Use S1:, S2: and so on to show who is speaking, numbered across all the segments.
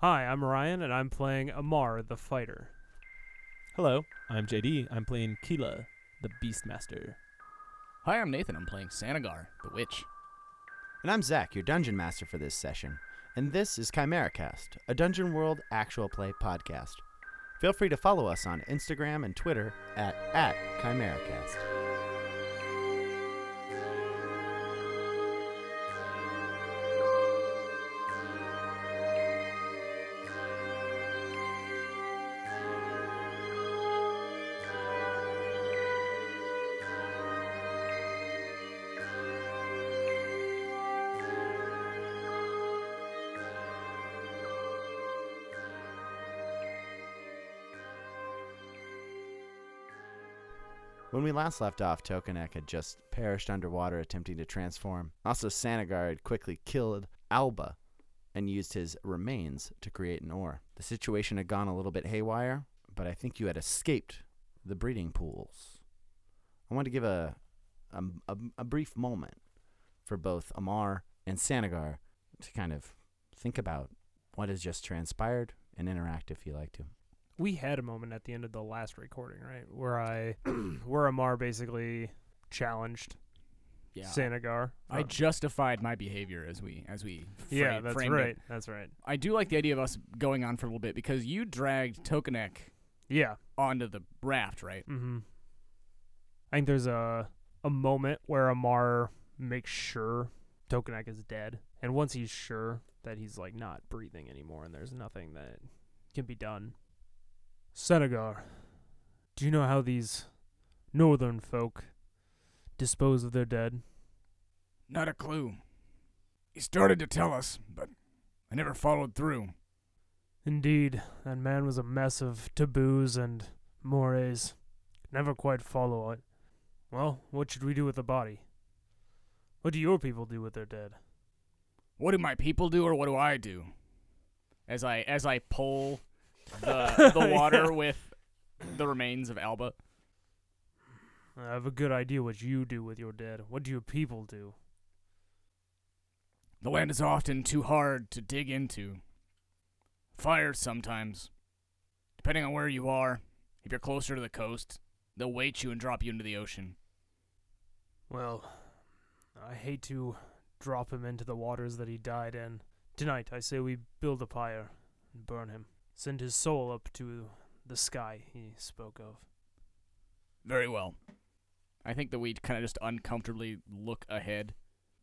S1: Hi, I'm Ryan, and I'm playing Amar the Fighter.
S2: Hello, I'm JD. I'm playing Keela, the Beastmaster.
S3: Hi, I'm Nathan. I'm playing Sanagar, the witch.
S4: And I'm Zach, your dungeon master for this session. And this is ChimeraCast, a Dungeon World actual play podcast. Feel free to follow us on Instagram and Twitter at, at ChimeraCast. When we last left off, Tokanek had just perished underwater attempting to transform. Also, Sanagar had quickly killed Alba and used his remains to create an ore. The situation had gone a little bit haywire, but I think you had escaped the breeding pools. I want to give a, a, a, a brief moment for both Amar and Sanagar to kind of think about what has just transpired and interact if you like to.
S1: We had a moment at the end of the last recording, right, where I, where Amar basically challenged
S3: Yeah.
S1: Sanagar.
S3: I
S1: Or-
S3: justified my behavior as we as we fra-
S1: yeah, that's
S3: framed it.
S1: right. That's right.
S3: I do like the idea of us going on for a little bit because you dragged Tokanek
S1: Yeah.
S3: onto the raft, right?
S1: Mm-hmm. I think there's a a moment where Amar makes sure Tokanek is dead, and once he's sure that he's like not breathing anymore, and there's nothing that can be done. Senegar, do you know how these northern folk dispose of their dead?
S3: Not a clue. He started to tell us, but I never followed through.
S1: Indeed, that man was a mess of taboos and mores. Could Never quite follow it. Well, what should we do with the body? What do your people do with their dead?
S3: What do my people do, or what do I do? As I as I pull the the water
S1: Yeah.
S3: with the remains of Alba.
S1: I have a good idea what you do with your dead. What do your people do?
S3: The land is often too hard to dig into. Fires sometimes. Depending on where you are, if you're closer to the coast, they'll wait you and drop you into the ocean.
S1: Well, I hate to drop him into the waters that he died in. Tonight, I say we build a pyre and burn him. Send his soul up to the sky he spoke of.
S3: Very well. I think that we kind of just uncomfortably look ahead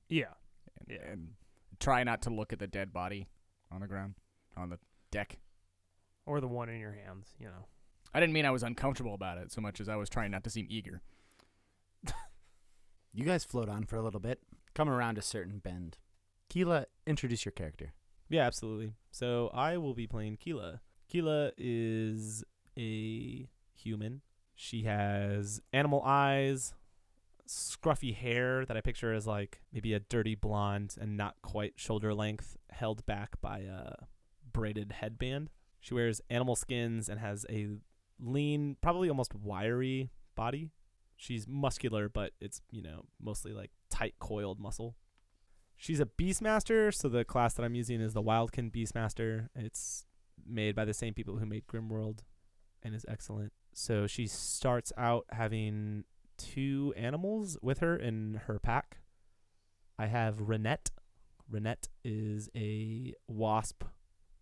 S1: Yeah.
S3: and,
S1: Yeah.
S3: and try not to look at the dead body on the ground, on the deck.
S1: Or the one in your hands, you know.
S3: I didn't mean I was uncomfortable about it so much as I was trying not to seem eager.
S4: You guys float on for a little bit, come around a certain bend. Keela, introduce your character.
S2: Yeah, absolutely. So I will be playing Keela. Keela is a human. She has animal eyes, scruffy hair that I picture as like maybe a dirty blonde and not quite shoulder length, held back by a braided headband. She wears animal skins and has a lean, probably almost wiry body. She's muscular, but it's, you know, mostly like tight coiled muscle. She's a Beastmaster, so the class that I'm using is the Wildkin Beastmaster. It's made by the same people who made Grimworld and is excellent. So she starts out having two animals with her in her pack. I have Renette. Renette is a wasp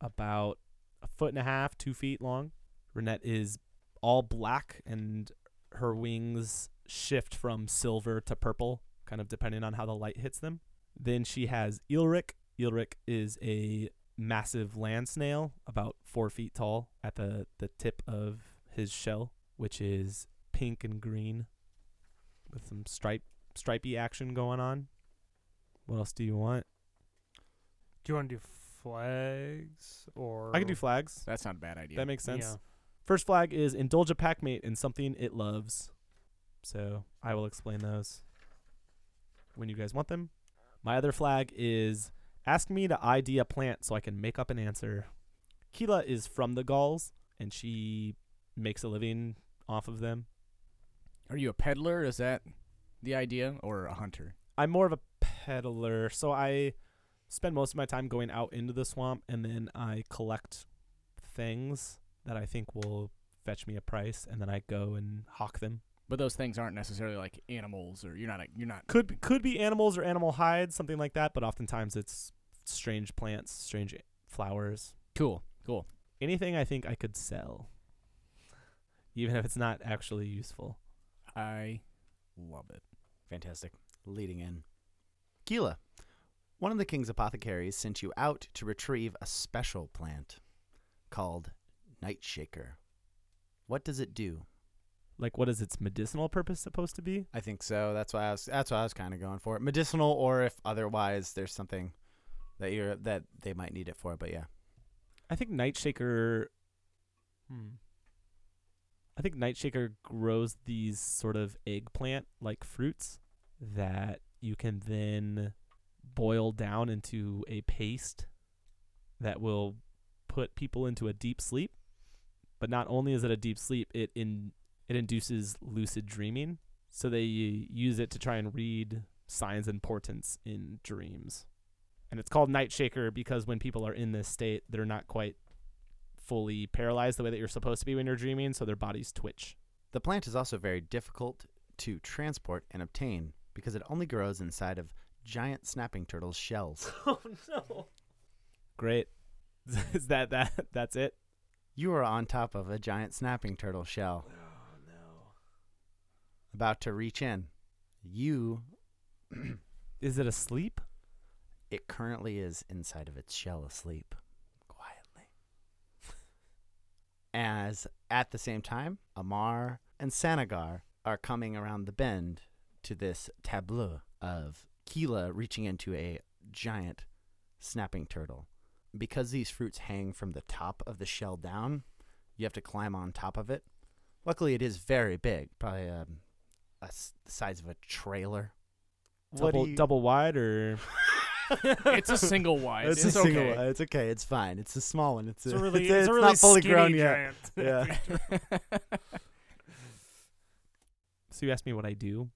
S2: about a foot and a half, two feet long. Renette is all black and her wings shift from silver to purple, kind of depending on how the light hits them. Then she has Eelric. Eelric is a massive land snail, about four feet tall, at the, the tip of his shell, which is pink and green with some stripe stripy action going on. What else do you want?
S1: Do you want to do flags or
S2: I can do flags.
S3: That's not a bad idea.
S2: That makes sense.
S1: Yeah.
S2: First flag is indulge a packmate in something it loves. So I will explain those when you guys want them. My other flag is ask me to ID a plant so I can make up an answer. Keela is from the Gauls and she makes a living off of them.
S3: Are you a peddler? Is that the idea, or a hunter?
S2: I'm more of a peddler, so I spend most of my time going out into the swamp and then I collect things that I think will fetch me a price and then I go and hawk them.
S3: But those things aren't necessarily like animals, or you're not. A, you're not.
S2: Could be, could be animals or animal hides, something like that, but oftentimes it's strange plants, strange flowers,
S3: Cool. Cool.
S2: anything I think I could sell. Even if it's not actually useful.
S3: I love it.
S4: Fantastic. Leading in. Gila, one of the king's apothecaries sent you out to retrieve a special plant called Nightshaker. What does it do?
S2: Like what is its medicinal purpose supposed to be?
S4: I think so. That's why I was that's why I was kind of going for it. Medicinal or if otherwise there's something that you're that they might need it for, but yeah.
S2: I think Nightshaker. Hmm. I think Nightshaker grows these sort of eggplant like fruits that you can then boil down into a paste that will put people into a deep sleep. But not only is it a deep sleep, it in it induces lucid dreaming. So they use it to try and read signs and portents in dreams and it's called Night Shaker because when people are in this state, they're not quite fully paralyzed the way that you're supposed to be when you're dreaming, so their bodies twitch.
S4: The plant is also very difficult to transport and obtain because it only grows inside of giant snapping turtles' shells.
S2: Oh no! Great. Is that that? That's it.
S4: You are on top of a giant snapping turtle shell.
S2: Oh no!
S4: about to reach in. You,
S2: Is it asleep?
S4: it currently is inside of its shell asleep, quietly. As at the same time, Amar and Sanagar are coming around the bend to this tableau of Keela reaching into a giant snapping turtle. Because these fruits hang from the top of the shell down, you have to climb on top of it. Luckily, it is very big, probably um, a s- the size of a trailer. What do
S2: double
S4: you-
S2: double wide or
S3: It's a single wide. It's, okay.
S4: one. It's okay. It's fine. It's a small one. It's,
S1: It's
S4: a,
S1: a really,
S4: it's, a-
S1: it's a
S4: it's
S1: really
S4: not fully
S1: skinny
S4: grown yet.
S1: giant.
S4: Yeah.
S2: so you asked me what I do.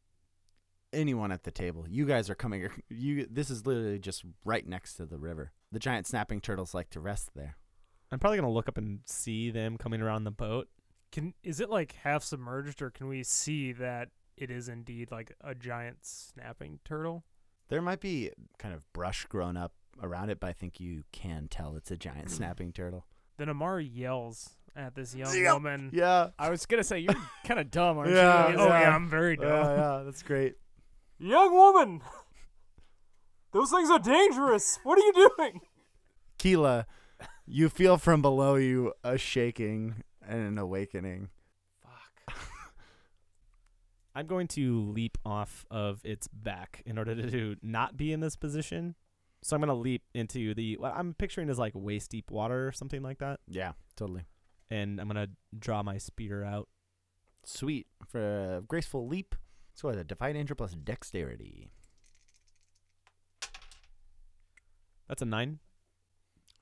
S4: Anyone at the table? You guys are coming. You. This is literally just right next to the river. The giant snapping turtles like to rest there.
S2: I'm probably gonna look up and see them coming around the boat.
S1: Can is it like half submerged, or can we see that it is indeed like a giant snapping turtle?
S4: There might be kind of brush grown up around it, but I think you can tell it's a giant snapping turtle.
S1: Then Amar yells at this young
S4: Yep.
S1: woman.
S4: Yeah.
S3: I was gonna say you're kind of dumb, aren't
S4: Yeah,
S3: you?
S1: oh
S4: yeah.
S1: yeah, I'm very dumb.
S4: yeah. That's great.
S1: Young woman, those things are dangerous. What are you doing?
S4: Keela, you feel from below you a shaking and an awakening.
S2: Fuck. I'm going to leap off of its back in order to not be in this position. So I'm going to leap into the what I'm picturing is like waist deep water or something like that,
S4: Yeah. Totally.
S2: and I'm going to draw my spear out.
S4: Sweet for a graceful leap. So with a divine angel plus dexterity.
S2: That's a nine.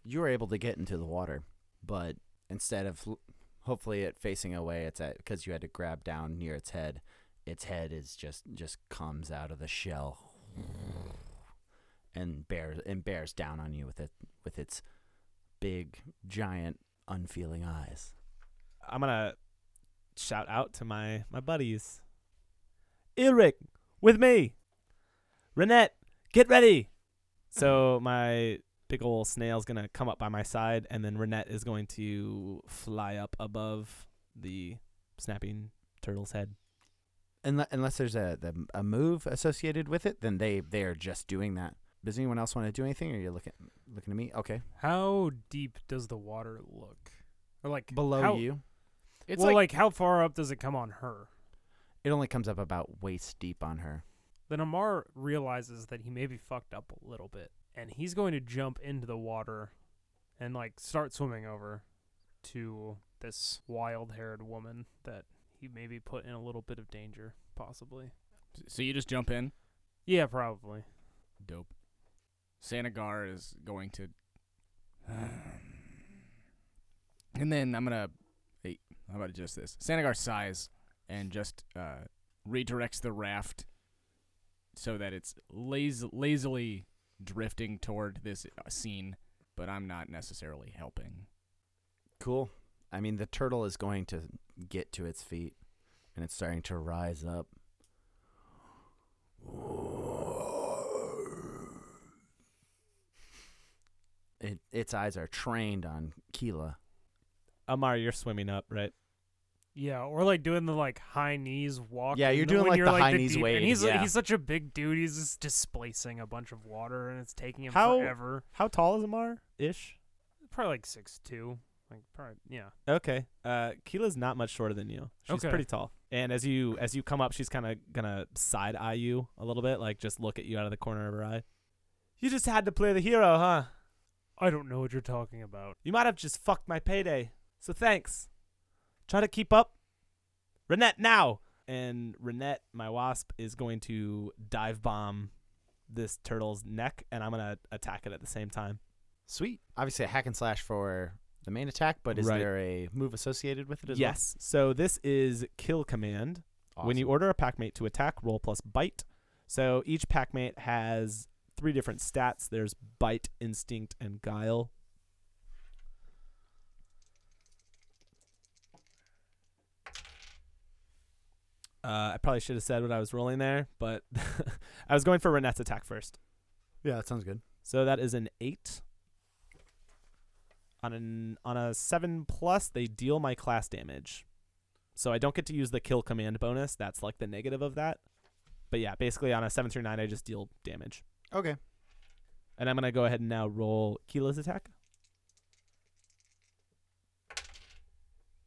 S4: you were able to get into the water, but instead of l- hopefully it facing away, it's at because you had to grab down near its head. Its head is just just comes out of the shell and bears and bears down on you with it with its big giant unfeeling eyes.
S2: I'm going to shout out to my my buddies. Ilric, with me. Renette, get ready. So my big ol' snail's gonna come up by my side, and then Renette is going to fly up above the snapping turtle's head.
S4: Unle- unless there's a the, a move associated with it, then they they are just doing that. Does anyone else want to do anything? Or you looking looking at me? Okay,
S1: How deep does the water look? Or like
S4: below
S1: how,
S4: you,
S3: It's
S1: well,
S3: like,
S1: like how far up does it come on her?
S4: it only comes up about waist deep on her.
S1: Then Amar realizes that he may be fucked up a little bit, and he's going to jump into the water and like start swimming over to this wild haired woman that he may be put in a little bit of danger, possibly.
S3: so you just jump in.
S1: Yeah, probably.
S3: Dope. Sanagar is going to. and then I'm gonna. Hey, how about just this? Sanagar sighs and just uh, redirects the raft so that it's laz- lazily drifting toward this uh, scene, but I'm not necessarily helping.
S4: Cool. I mean, the turtle is going to get to its feet, and it's starting to rise up. It, its eyes are trained on Keela.
S2: Amar, you're swimming up, right?
S1: Yeah, or like doing the like high knees walk.
S4: Yeah, you're
S1: in the-
S4: doing,
S1: when
S4: like,
S1: you're,
S4: the high knees
S1: deep-
S4: wade,
S1: And he's like-
S4: yeah.
S1: he's such a big dude. He's just displacing a bunch of water, and it's taking him
S2: How-
S1: forever.
S2: How tall is Amar? Ish.
S1: Probably like six two. Like probably yeah.
S2: Okay. Uh Keela's not much shorter than you. She's
S1: Okay.
S2: pretty tall. And as you as you come up, she's kinda gonna side eye you a little bit, like just look at you out of the corner of her eye. You just had to play the hero, huh?
S1: I don't know what you're talking about.
S2: You might have just fucked my payday. So thanks. Try to keep up. Renette now. And Renette, my wasp, is going to dive bomb this turtle's neck, and I'm gonna attack it at the same time.
S4: Sweet. Obviously, a hack and slash for the main attack, but is
S2: Right.
S4: there a move associated with it as well?
S2: Yes. So this is kill command. When you
S4: Awesome.
S2: order a packmate to attack, roll plus bite. So each packmate has three different stats. There's bite, instinct, and guile. Uh, I probably should have said what I was rolling there, but I was going for Renette's attack first.
S4: Yeah, that sounds good.
S2: So that is an eight. On an on a seven plus, they deal my class damage. So I don't get to use the kill command bonus. That's like the negative of that. But yeah, basically on a seven through nine, I just deal damage.
S4: Okay.
S2: And I'm gonna go ahead and now roll Keela's attack.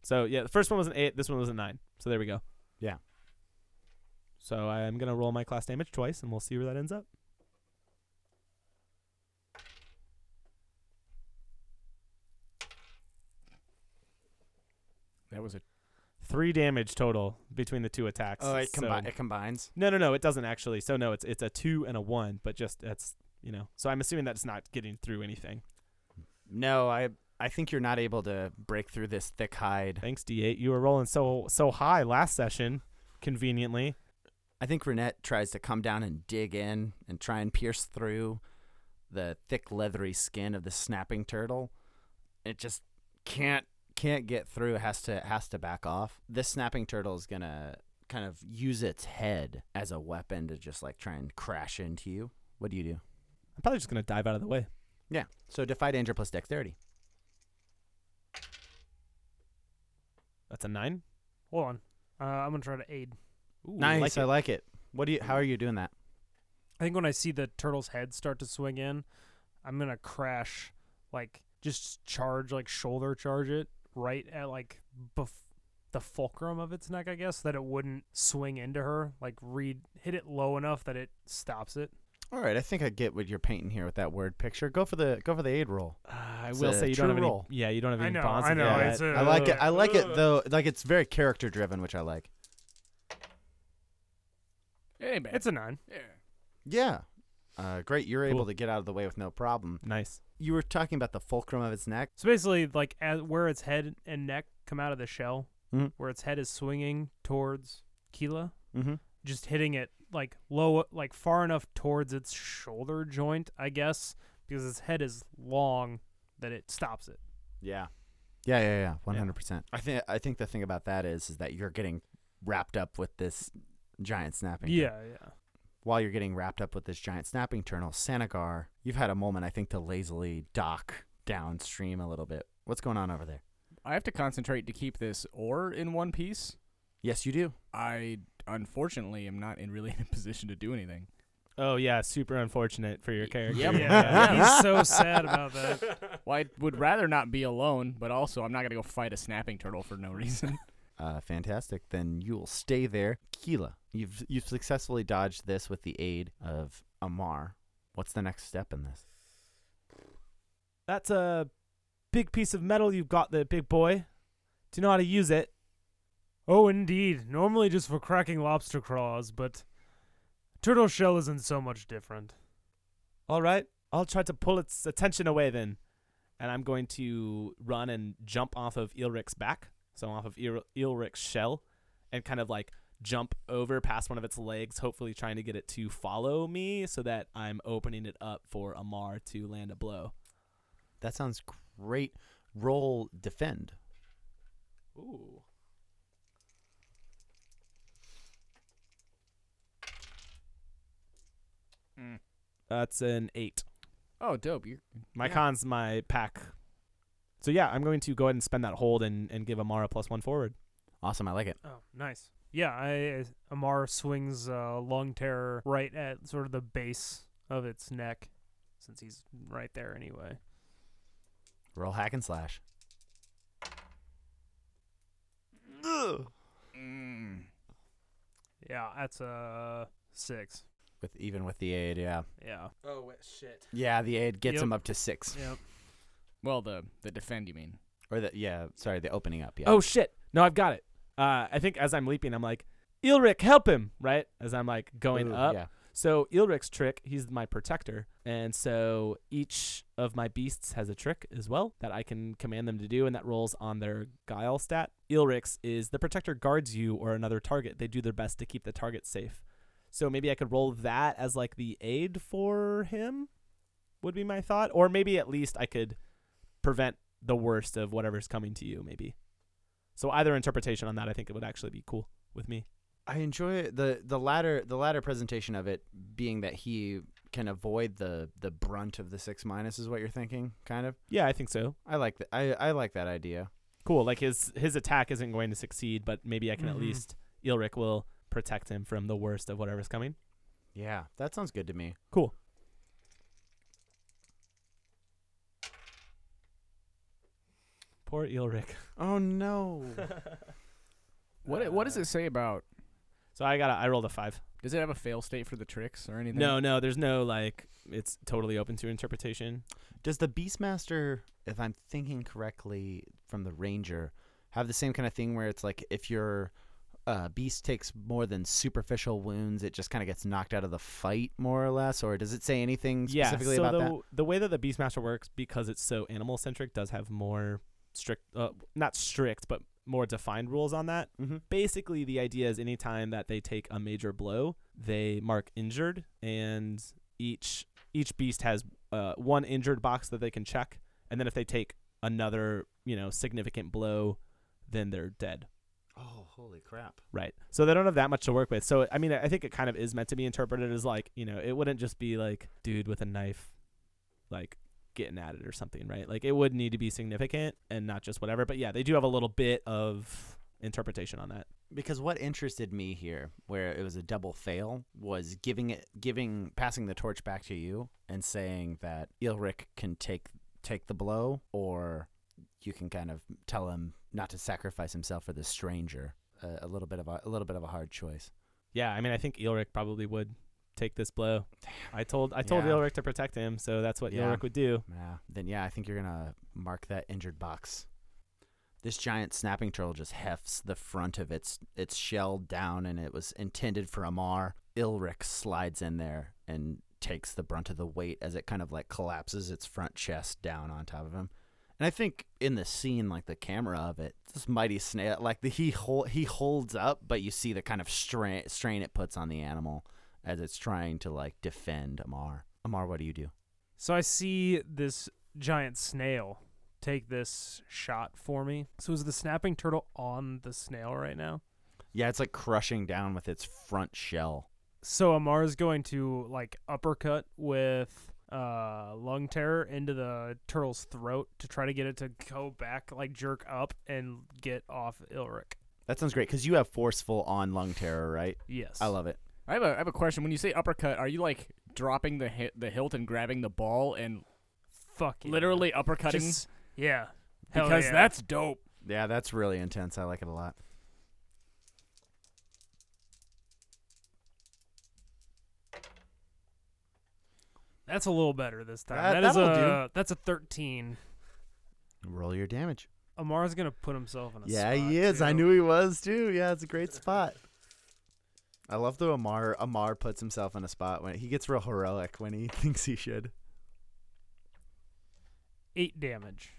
S2: So yeah, the first one was an eight. This one was a nine. So there we go.
S4: Yeah.
S2: So I'm gonna roll my class damage twice, and we'll see where that ends up.
S3: That was a
S2: Three damage total between the two attacks.
S4: Oh, it,
S2: So-
S4: combi- it combines.
S2: No, no, no, it doesn't actually. So no, it's it's a two and a one, but just that's you know. So I'm assuming that's not getting through anything.
S4: No, I I think you're not able to break through this thick hide.
S2: Thanks, D8. You were rolling so so high last session, conveniently.
S4: I think Renette tries to come down and dig in and try and pierce through the thick leathery skin of the snapping turtle. It just can't can't get through. It has to has to back off. This snapping turtle is gonna kind of use its head as a weapon to just like try and crash into you. What do you do?
S2: I'm probably just gonna dive out of the way.
S4: Yeah. So defy danger plus dexterity.
S2: That's a nine.
S1: Hold on. Uh, I'm gonna try to aid.
S2: Ooh,
S4: nice.
S2: like
S4: I
S2: it.
S4: like it. What do you? How are you doing that?
S1: I think when I see the turtle's head start to swing in, I'm gonna crash, like just charge, like shoulder charge it right at like bef- the fulcrum of its neck, I guess, that it wouldn't swing into her. Like read, hit it low enough that it stops it.
S4: All right. I think I get what you're painting here with that word picture. Go for the go for the aid roll.
S2: Ah, I
S4: It's
S2: will
S4: a
S2: say you don't have
S4: true
S2: any.
S4: roll.
S2: Yeah, you don't have
S1: I
S2: any
S1: know,
S2: bonds.
S1: I
S2: of
S1: know,
S2: that.
S1: it's a-
S4: I like it. I like it
S1: Ugh.
S4: though. Like it's very character driven, which I like.
S3: hey man.
S1: It's a nine.
S3: yeah.
S4: Yeah. Uh, great, you're able
S2: Cool.
S4: to get out of the way with no problem.
S2: nice.
S4: You were talking about the fulcrum of its neck.
S1: So basically, like as, where its head and neck come out of the shell,
S4: Mhm.
S1: where its head is swinging towards Keela,
S4: Mm-hmm.
S1: just hitting it like low like far enough towards its shoulder joint i guess because its head is long that it stops it
S4: Yeah. Yeah, yeah, yeah. One hundred percent. I think I think the thing about that is is that you're getting wrapped up with this giant snapping. turtle.
S1: yeah yeah
S4: While you're getting wrapped up with this giant snapping turtle, Sanagar, you've had a moment I think to lazily dock downstream a little bit. What's going on over there?
S3: I have to concentrate to keep this ore in one piece.
S4: Yes, you do.
S3: I unfortunately am not in really in a position to do anything.
S2: Oh yeah, super unfortunate for your character.
S3: Yep.
S1: yeah he's so sad about that
S3: Well, I would rather not be alone, but also I'm not gonna go fight a snapping turtle for no reason.
S4: Uh, fantastic. Then you'll stay there. Keela, you've you've successfully dodged this with the aid of Amar. What's the next step in this?
S2: That's a big piece of metal you've got there, big boy. Do you know how to use it?
S1: oh indeed normally just for cracking lobster claws but turtle shell isn't so much different
S2: All right, I'll try to pull its attention away then, and I'm going to run and jump off of Ilric's back, so off of Il- Ilric's shell, and kind of like jump over past one of its legs, hopefully trying to get it to follow me so that I'm opening it up for Amar to land a blow.
S4: That sounds great. Roll defend.
S2: Ooh.
S3: Mm.
S2: That's an eight.
S3: Oh, dope. You're
S2: My
S3: Yeah.
S2: con's my pack. So yeah, I'm going to go ahead and spend that hold and, and give Amara plus one forward.
S4: Awesome. I like it.
S1: Oh, nice. Yeah, I, Amar swings uh, Lung Terror right at sort of the base of its neck, since he's right there anyway.
S4: Roll hack and slash.
S3: mm,
S1: Yeah, that's a six.
S4: With even with the aid, yeah.
S1: Yeah.
S2: Oh shit.
S4: Yeah, the aid gets
S1: Yep.
S4: him up to six.
S1: Yep.
S3: well the the defend you mean?
S4: Or the yeah, sorry, the opening up, yeah.
S2: Oh shit. No, I've got it. Uh, I think as I'm leaping, I'm like, Ilric, help him, right? As I'm like going
S4: Ooh,
S2: up.
S4: Yeah.
S2: So Ilric's trick, he's my protector, and so each of my beasts has a trick as well that I can command them to do, and that rolls on their guile stat. Ilric's is the protector guards you or another target. They do their best to keep the target safe. So maybe I could roll that as like the aid for him, would be my thought, or maybe at least I could prevent the worst of whatever's coming to you, maybe. So either interpretation on that, I think it would actually be cool with me.
S4: I enjoy it- the the latter the latter presentation of it being that he can avoid the the brunt of the six minus is what you're thinking, kind of.
S2: Yeah, I think so.
S4: I like that. I, I like that idea.
S2: cool. Like his his attack isn't going to succeed, but maybe I can
S1: Mhm.
S4: Mm-hmm.
S2: at least Ilric will protect him from the worst of whatever's coming.
S4: Yeah, that sounds good to me.
S2: Cool. Poor Ilric.
S4: Oh no.
S3: What what does it say about?
S2: So I got I rolled a five.
S3: Does it have a fail state for the tricks or anything?
S2: No, no, there's no like it's totally open to interpretation.
S4: Does the Beastmaster, if I'm thinking correctly from the Ranger, have the same kind of thing where it's like if your uh, beast takes more than superficial wounds, it just kind of gets knocked out of the fight more or less? Or does it say anything specifically
S2: yeah, so
S4: about
S2: the,
S4: that?
S2: the way that the Beastmaster works, because it's so animal centric, does have more strict, uh, not strict, but more defined rules on that.
S4: Mhm.
S2: Basically, the idea is anytime that they take a major blow, they mark injured, and each each beast has uh, one injured box that they can check, and then if they take another, you know, significant blow, then they're dead.
S4: Oh, holy crap.
S2: Right. So they don't have that much to work with. So I mean, I think it kind of is meant to be interpreted as like, you know, it wouldn't just be like dude with a knife, like getting at it or something, right? Like it would need to be significant and not just whatever. But yeah, they do have a little bit of interpretation on that.
S4: Because what interested me here, where it was a double fail, was giving it, giving, passing the torch back to you and saying that Ilric can take take the blow, or you can kind of tell him not to sacrifice himself for the stranger. Uh, a little bit of a, a little bit of a hard choice.
S2: Yeah, I mean, I think Ilric probably would take this blow. I told I told
S4: Yeah.
S2: Ilric to protect him, so that's what
S4: Yeah.
S2: Ilric would do.
S4: Yeah. Then yeah, I think you're gonna mark that injured box. This giant snapping turtle just hefts the front of its its shell down, and it was intended for Amar. Ilric slides in there and takes the brunt of the weight as it kind of like collapses its front chest down on top of him. And I think in the scene, like the camera of it, this mighty snail, like the he hol- he holds up, but you see the kind of strain strain it puts on the animal as it's trying to like defend Amar. Amar, what do you do?
S1: So I see this giant snail take this shot for me. So is the snapping turtle on the snail right now?
S4: Yeah, it's like crushing down with its front shell.
S1: So Amar's going to like uppercut with uh lung terror into the turtle's throat to try to get it to go back like jerk up and get off Ilric.
S4: That sounds great because you have forceful on lung terror, right?
S1: Yes.
S4: I love it.
S3: I have a I have a question. When you say uppercut, are you like dropping the hi- the hilt and grabbing the ball and
S1: fuck yeah.
S3: literally uppercutting?
S1: Just- yeah. Hell
S3: because
S1: yeah.
S3: that's dope.
S4: Yeah, that's really intense. I like it a lot.
S1: that's a little better this time.
S4: That-
S1: that is
S4: that'll
S1: a that's a 13.
S4: Roll your damage.
S1: Amar's going to put himself in a
S4: yeah,
S1: spot,
S4: he is. I
S1: too.
S4: knew he was too. Yeah, it's a great spot. I love the Amar. Amar puts himself in a spot when he gets real heroic when he thinks he should.
S1: 8 damage.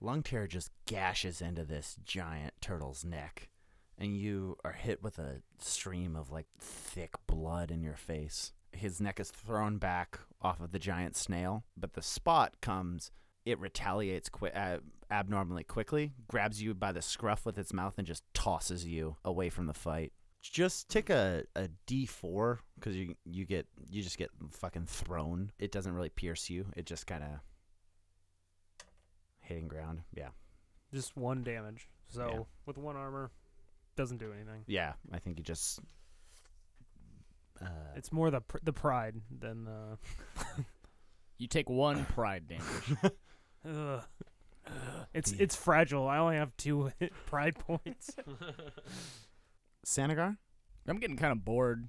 S4: Lung terror just gashes into this giant turtle's neck, and you are hit with a stream of like thick blood in your face. His neck is thrown back off of the giant snail, but the spot comes. It retaliates qui- uh, abnormally quickly, grabs you by the scruff with its mouth, and just tosses you away from the fight. Just take a, a D four because you you get you just get fucking thrown. It doesn't really pierce you. It just kind of hitting ground. Yeah,
S1: Just one damage. So
S4: Yeah.
S1: with one armor, doesn't do anything.
S4: yeah. I think you just. Uh,
S1: It's more the pr- the pride than the.
S3: You take one pride damage.
S1: Ugh. It's
S4: The-
S1: it's fragile. I only have two pride points.
S4: Sanagar.
S3: I'm getting kind of bored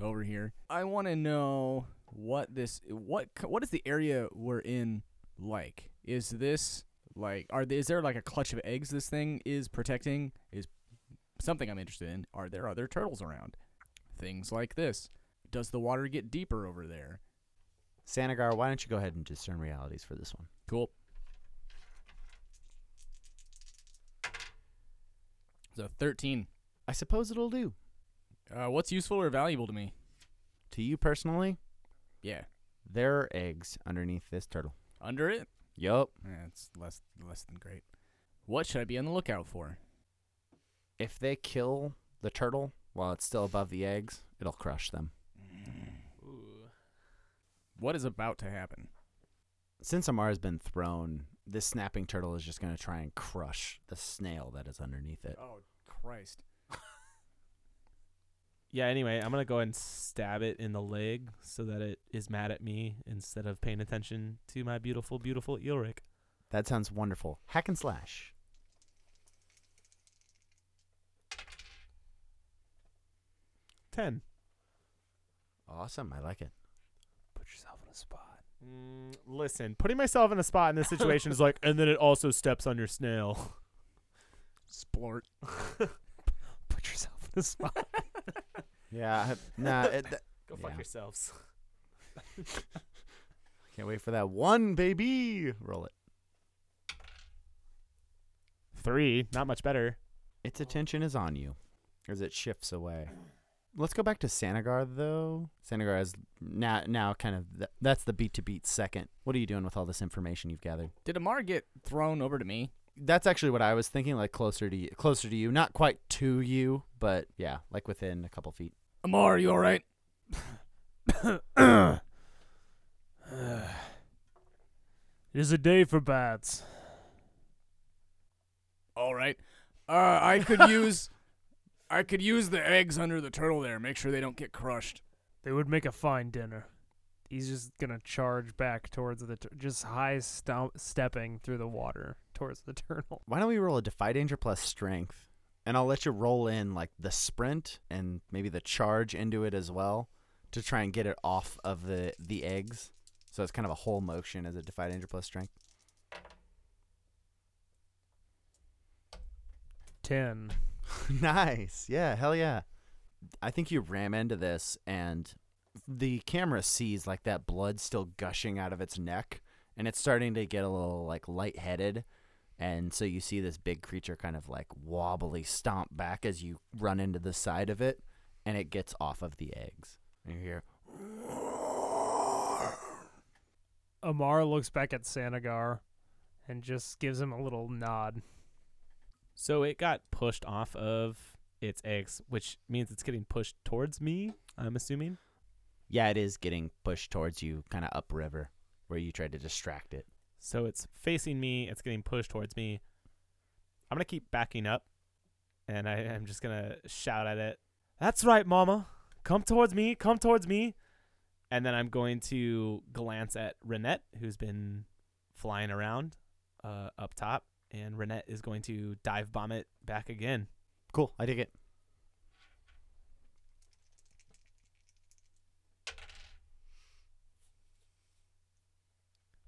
S3: over here. I want to know what this what c- what is the area we're in like? Is this like are th- is there like a clutch of eggs this thing is protecting? Is something I'm interested in. Are there other turtles around? Things like this. Does the water get deeper over there?
S4: Sanagar, why don't you go ahead and discern realities for this one?
S3: Cool. So 13.
S4: I suppose it'll do.
S3: Uh, what's useful or valuable to me?
S4: To you personally,
S3: Yeah.
S4: there are eggs underneath this turtle.
S3: Under it?
S4: Yup.
S3: Yeah, it's less less than great. What should I be on the lookout for?
S4: If they kill the turtle while it's still above the eggs, it'll crush them.
S3: What is about to happen?
S4: Since Amara's been thrown, this snapping turtle is just going to try and crush the snail that is underneath it.
S3: Oh Christ!
S2: Yeah, anyway, I'm going to go ahead and stab it in the leg so that it is mad at me instead of paying attention to my beautiful, beautiful Eelric.
S4: That sounds wonderful. Hack and slash.
S2: Ten.
S4: Awesome. I like it.
S1: Put yourself in a spot.
S2: Mm, listen, putting myself in a spot in this situation is like, and then it also steps on your snail.
S3: Splort.
S1: Put yourself in a spot.
S4: Yeah. nah, it,
S2: Go
S4: Yeah.
S2: fuck yourselves.
S4: can't wait for that one, baby. Roll it.
S2: Three. Not much better.
S4: Its attention is on you as it shifts away. Let's go back to Sanagar though. Sanagar is now now kind of th- that's the beat to beat second. What are you doing with all this information you've gathered?
S3: Did Amar get thrown over to me?
S4: That's actually what I was thinking, like closer to you, closer to you, not quite to you, but yeah, like within a couple feet.
S3: Amar, you all right?
S1: It is a day for bats.
S3: All right. Uh, I could use, I could use the eggs under the turtle there. Make sure they don't get crushed.
S1: They would make a fine dinner. He's just gonna charge back towards the tur- just high stomp- stepping through the water towards the turtle.
S4: Why don't we roll a defy danger plus strength, and I'll let you roll in like the sprint and maybe the charge into it as well to try and get it off of the the eggs. So it's kind of a whole motion as a defy danger plus strength.
S1: Ten.
S4: nice. Yeah, hell yeah. I think you ram into this and the camera sees like that blood still gushing out of its neck and it's starting to get a little like lightheaded. And so you see this big creature kind of like wobbly stomp back as you run into the side of it and it gets off of the eggs. And you hear
S1: Amar looks back at Sanagar and just gives him a little nod.
S2: So it got pushed off of its eggs, which means it's getting pushed towards me. I'm assuming.
S4: Yeah, it is getting pushed towards you kinda upriver where you tried to distract it.
S2: So it's facing me. It's getting pushed towards me. I'm gonna keep backing up, and I am just gonna shout at it. That's right, Mama. Come towards me. Come towards me. And then I'm going to glance at Renette, who's been flying around uh, up top, and Renette is going to dive bomb it back again.
S4: Cool, I dig it.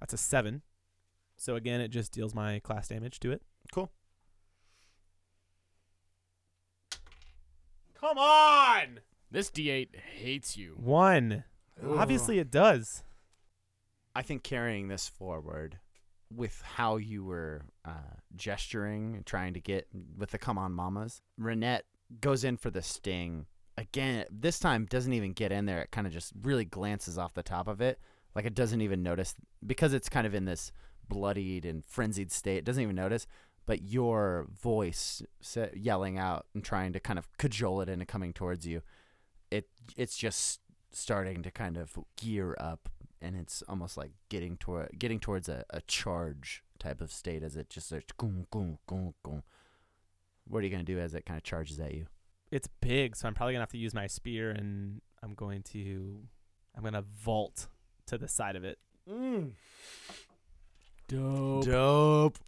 S2: That's a seven. So again, it just deals my class damage to it.
S4: Cool.
S2: Come on!
S3: This D8 hates you.
S2: One. Obviously, it does.
S4: I think carrying this forward with how you were uh, gesturing, trying to get with the come on mamas, Renette goes in for the sting. Again, this time doesn't even get in there. It kind of just really glances off the top of it. Like it doesn't even notice because it's kind of in this bloodied and frenzied state. It doesn't even notice. But your voice sa- yelling out and trying to kind of cajole it into coming towards you, it it's just starting to kind of gear up, and it's almost like getting toward getting towards a, a charge type of state as it just starts. Goom, goom, goom, goom. What are you gonna do as it kind of charges at you?
S2: It's big, so I'm probably gonna have to use my spear, and I'm going to, I'm gonna vault to the side of it.
S3: Mm. Dope.
S4: Dope.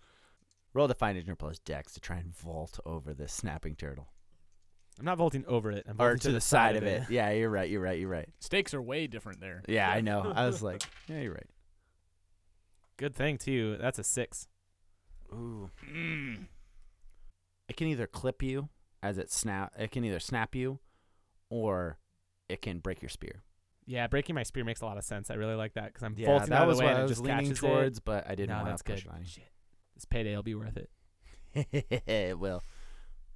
S4: Roll to find your plus dex to try and vault over this snapping turtle.
S2: I'm not vaulting over it. I'm
S4: Or
S2: vaulting
S4: to the side of it. Yeah, you're right. You're right. You're right.
S3: Stakes are way different there.
S4: Yeah, I know. I was like, yeah, you're right.
S2: Good thing too. That's a six.
S4: Ooh.
S2: Mm.
S4: It can either clip you as it snap. It can either snap you, or it can break your spear.
S2: Yeah, breaking my spear makes a lot of sense. I really like that because I'm
S4: Yeah,
S2: vaulting
S4: that
S2: out
S4: was
S2: of the
S4: what
S2: way and
S4: I
S2: it
S4: was
S2: just
S4: leaning
S2: catches
S4: towards,
S2: it.
S4: but I didn't
S2: no,
S4: want
S2: that's
S4: to push
S2: good.
S4: it on
S2: Shit, this payday will be worth it.
S4: you. it will.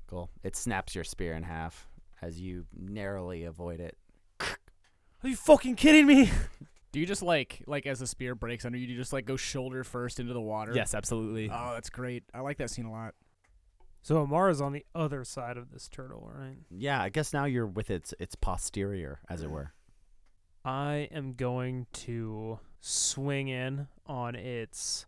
S4: Cool. It snaps your spear in half as you narrowly avoid it.
S2: Are you fucking kidding me?
S3: Do you just like like as the spear breaks under you, do you just like go shoulder first into the
S4: Er.
S3: water?
S2: Yes,
S4: Ah.
S2: absolutely.
S3: Oh, that's great. I like that scene a lot.
S1: So Amara's on the other side of this turtle, right?
S4: Yeah, I guess now you're with its its posterior, as it were.
S1: I am going to swing in on its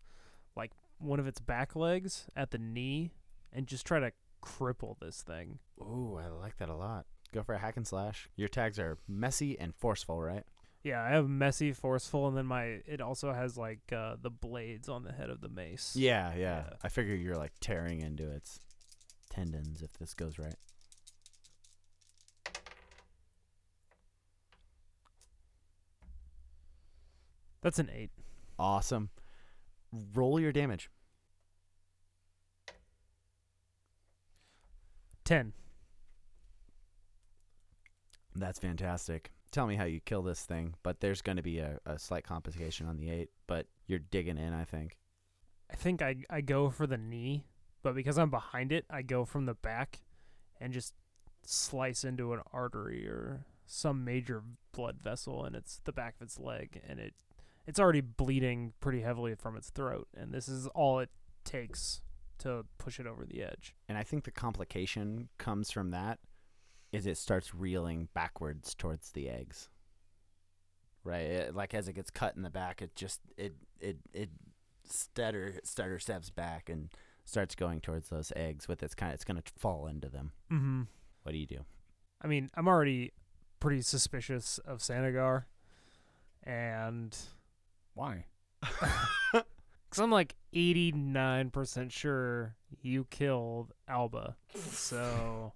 S1: like one of its back legs at the knee and just try to cripple this thing.
S4: Ooh, I like that a lot. Go for a hack and slash. Your tags are messy and forceful, right?
S1: Yeah, I have messy, forceful, and then my it also has like uh, the blades on the head of the mace.
S4: Yeah, yeah.
S1: Yeah.
S4: I figure you're like tearing into its tendons if this goes right.
S1: That's an eight.
S4: Awesome. Roll your damage.
S1: Ten.
S4: That's fantastic. Tell me how you kill this thing, but there's going to be a, a slight complication on the eight, but you're digging in, I think.
S1: I think I I go for the knee, but because I'm behind it, I go from the back and just slice into an artery or some major blood vessel and it's the back of its leg and it it's already bleeding pretty heavily from its throat and this is all it takes to push it over the edge.
S4: And I think the complication comes from that is it starts reeling backwards towards the eggs. Right? It, like as it gets cut in the back, it just it it it stutter stutter steps back and starts going towards those eggs with its kind it's going to fall into them.
S1: Mhm.
S4: What do you do?
S1: I mean, I'm already pretty suspicious of Sanagar and
S3: Why?
S1: Because I'm like 89% sure you killed Alba. So.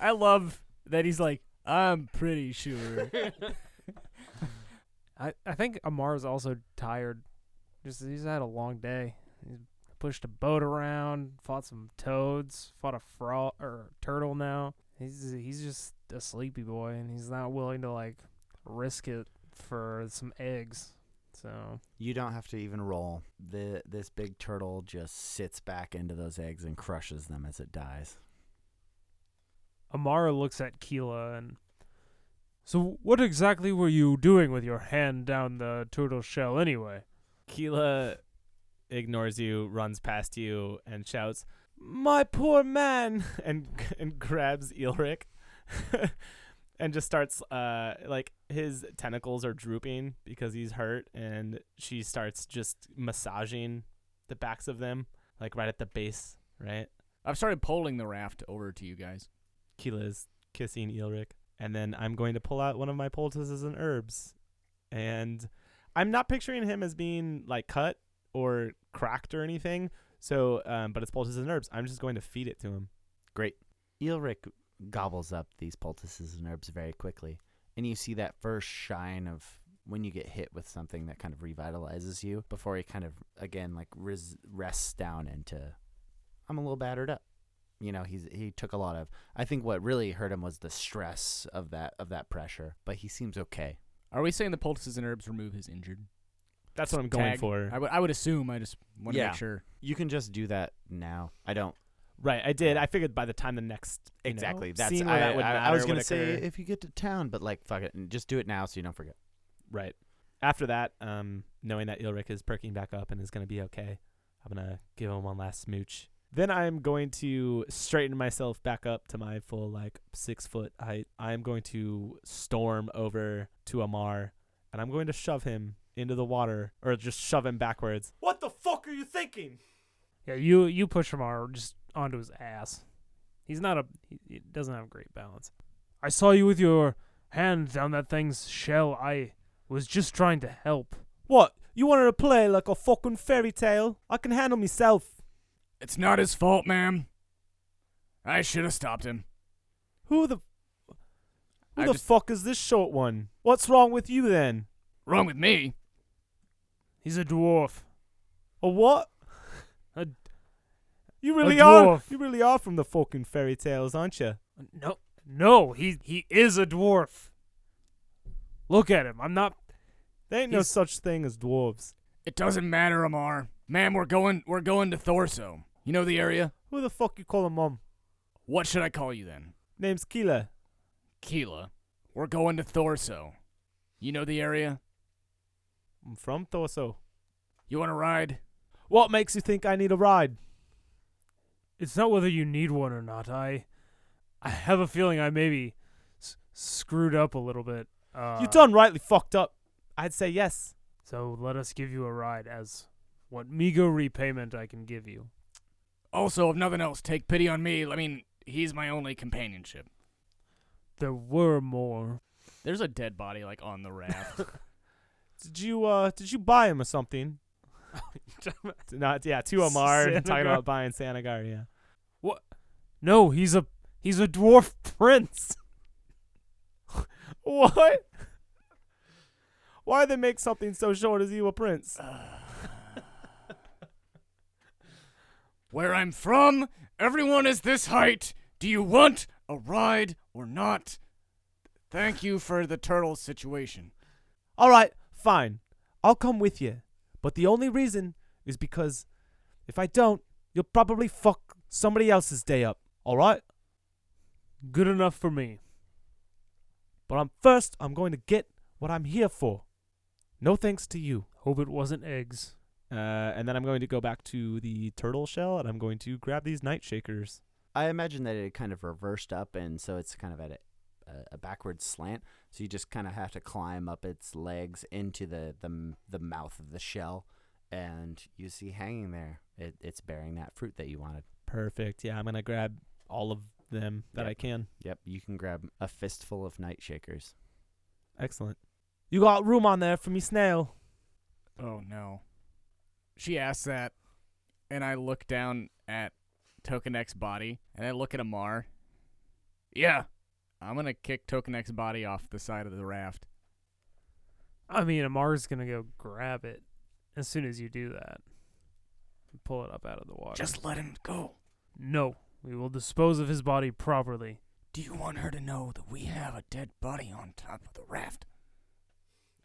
S3: I love that he's like, I'm pretty sure.
S1: I, I think Amar's also tired. Just He's had a long day. He's pushed a boat around, fought some toads, fought a frog or turtle now. He's he's just a sleepy boy and he's not willing to like risk it for some eggs. So
S4: You don't have to even roll. The this big turtle just sits back into those eggs and crushes them as it dies.
S1: Amara looks at Keela and. So, what exactly were you doing with your hand down the turtle shell anyway?
S2: Keela ignores you, runs past you, and shouts, "My poor man!" and and grabs Eelric, and just starts uh like his tentacles are drooping because he's hurt, and she starts just massaging the backs of them, like right at the base, right.
S3: I've started pulling the raft over to you guys.
S2: Keela is kissing Eelric, and then I'm going to pull out one of my poultices and herbs, and I'm not picturing him as being like cut or cracked or anything. So, um, but it's poultices and herbs. I'm just going to feed it to him.
S4: Eelric gobbles up these poultices and herbs very quickly, and you see that first shine of when you get hit with something that kind of revitalizes you before he kind of again like res- rests down into I'm a little battered up. You know, he's he took a lot of I think what really hurt him was the stress of that of that pressure, but he seems okay.
S3: Are we saying the poultices and herbs remove his injured?
S2: That's what I'm going
S3: tag.
S2: for.
S3: I would I would assume. I just want to
S4: Yeah.
S3: make sure.
S4: You can just do that now. I don't
S2: right, I did. I figured by the time the next you know,
S4: exactly. That's
S2: scene where
S4: I,
S2: that would
S4: I, I
S2: matter
S4: was
S2: would
S4: gonna say
S2: occur.
S4: if you get to town, but like fuck it, and just do it now so you don't forget.
S2: Right. After that, um, knowing that Ilric is perking back up and is going to be okay, I'm going to give him one last smooch. Then I'm going to straighten myself back up to my full, like, six foot height. I'm going to storm over to Amar and I'm going to shove him into the water or just shove him backwards. What the fuck are you thinking?
S1: Yeah, you you push Amar just onto his ass. He's not a he, he doesn't have great balance. I saw you with your hand down that thing's shell. I was just trying to help.
S2: What? You wanted to play like a fucking fairy tale? I can handle myself.
S3: It's not his fault, ma'am. I should have stopped him.
S2: Who the. Who
S3: I
S2: the
S3: just-
S2: fuck is this short one? What's wrong with you then?
S3: Wrong with me.
S1: He's a dwarf.
S2: A what?
S1: A-
S2: you really are.
S1: dwarf.
S2: You really are from the fucking fairy tales, aren't you?
S1: No, no, he he is a dwarf. Look at him. I'm not.
S2: There ain't no
S1: He's-
S2: such thing as dwarves.
S3: It doesn't matter, Amar. Ma'am, we're going we're going to Thorso. You know the area?
S2: Who the fuck you call a mom?
S3: What should I call you then?
S2: Name's Keela.
S3: Keela. We're going to Thorso. You know the area?
S2: I'm from Torso.
S3: You want to ride?
S2: What makes you think I need a ride?
S1: It's not whether you need one or not. I, I have a feeling I maybe s- screwed up a little bit. Uh,
S2: you done rightly fucked up. I'd say yes.
S1: So let us give you a ride as what meager repayment I can give you.
S3: Also, if nothing else, take pity on me. I mean, he's my only companionship.
S1: There were more.
S3: There's a dead body like on the raft.
S2: Did you uh did you buy him or something? Not yeah, to Amar and talking
S1: Sanagar.
S2: about buying Sanagar, yeah.
S1: No, he's a he's a dwarf prince.
S2: What? Why they make something so short as you a prince?
S3: Where I'm from, everyone is this height. Do you want a ride or not? Thank you for the turtle situation.
S2: All right, fine. I'll come with you. But the only reason is because if I don't, you'll probably fuck somebody else's day up. All right?
S1: Good enough for me.
S2: But I'm first, I'm going to get what I'm here for. No thanks to you.
S1: Hope it wasn't eggs.
S2: Uh, and then I'm going to go back to the turtle shell and I'm going to grab these night shakers.
S4: I imagine that it kind of reversed up, and so it's kind of at a, a, a backward slant. So you just kind of have to climb up its legs into the the, m- the mouth of the shell, and you see hanging there, it, it's bearing that fruit that you wanted.
S2: Perfect. Yeah, I'm going to grab all of them that
S4: Yep.
S2: I can.
S4: Yep, you can grab a fistful of night shakers.
S2: Excellent. You got room on there for me, snail.
S3: Oh no. She asks that, and I look down at Tokenek's body, and I look at Amar. Yeah. I'm gonna kick Tokenek's body off the side of the raft.
S1: I mean, Amar's gonna go grab it as soon as you do that. Pull it up out of the water.
S3: Just let him go.
S1: no. We will dispose of his body properly.
S3: Do you want her to know that we have a dead body on top of the raft?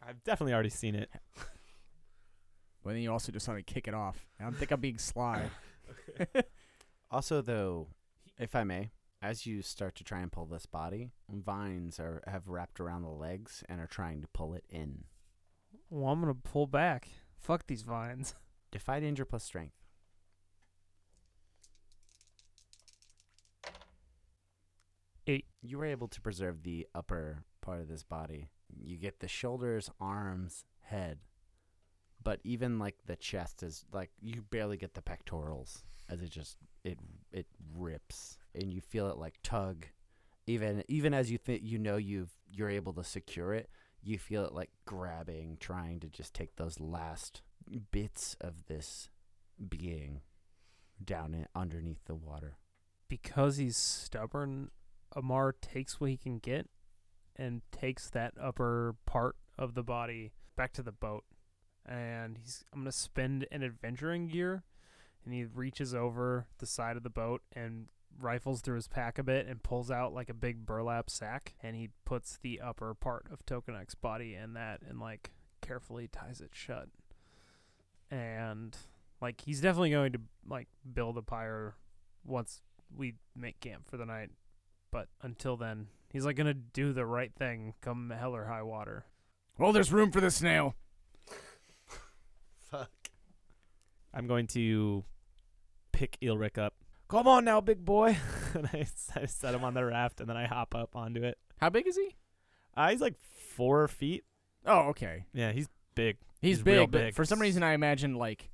S2: I've definitely already seen it.
S3: But then you also just want to kick it off. I don't think I'm being sly.
S4: Also, though, if I may, as you start to try and pull this body, vines are have wrapped around the legs and are trying to pull it in.
S1: Well, I'm gonna pull back. Fuck these vines.
S4: Defy danger plus strength.
S1: Eight.
S4: You were able to preserve the upper part of this body. You get the shoulders, arms, head, but even like the chest is like you barely get the pectorals as it just it it rips and you feel it like tug. Even even as you think you know you've you're able to secure it, you feel it like grabbing, trying to just take those last bits of this being down in, underneath the water.
S1: Because he's stubborn, Amar takes what he can get and takes that upper part of the body back to the boat. And he's I'm gonna spend an adventuring gear and he reaches over the side of the boat and rifles through his pack a bit and pulls out like a big burlap sack and he puts the upper part of Tokenek's body in that and like carefully ties it shut. and like he's definitely going to like build a pyre once we make camp for the night. But until then, he's like gonna do the right thing, come hell or high water.
S3: Well, there's room for the snail.
S4: Fuck.
S2: I'm going to pick Ilric up. Come on now, big boy. and I, s- I set him on the raft and then I hop up onto it.
S3: How big is he?
S2: Uh, he's like four feet.
S3: Oh, okay.
S2: Yeah, he's big.
S3: He's,
S2: He's
S3: big,
S2: real
S3: but
S2: big.
S3: for some reason I imagine like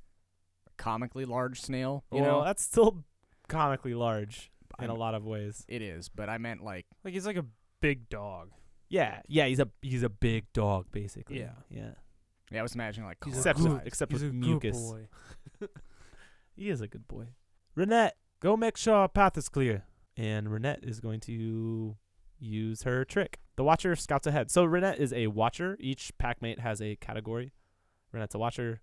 S3: a comically large snail. You
S2: well,
S3: know,
S2: that's still comically large in a
S3: I'm-
S2: lot of ways.
S3: it is, but I meant like
S1: Like he's like a big dog.
S2: Yeah, yeah, he's a he's a big dog basically.
S1: Yeah.
S2: yeah.
S3: yeah, I was imagining like
S1: He's a
S2: Except
S1: good-
S2: with, except
S1: he's
S2: with
S1: a good
S2: mucus.
S1: boy.
S2: He is a good boy. Renette, go make sure our path is clear. And Renette is going to use her trick. The Watcher scouts ahead. So Renette is a Watcher. Each packmate has a category. Renette's a Watcher.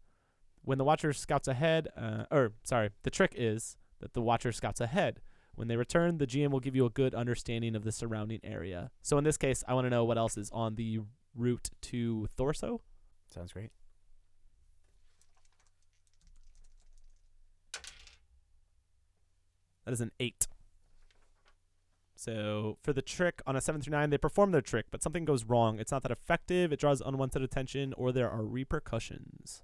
S2: When the Watcher scouts ahead, uh, or sorry, the trick is that the Watcher scouts ahead. When they return, the GM will give you a good understanding of the surrounding area. So in this case, I want to know what else is on the route to Thorso.
S4: Sounds great.
S2: That is an eight. So for the trick on a seven through nine, they perform their trick, but something goes wrong. It's not that effective. It draws unwanted attention, or there are repercussions.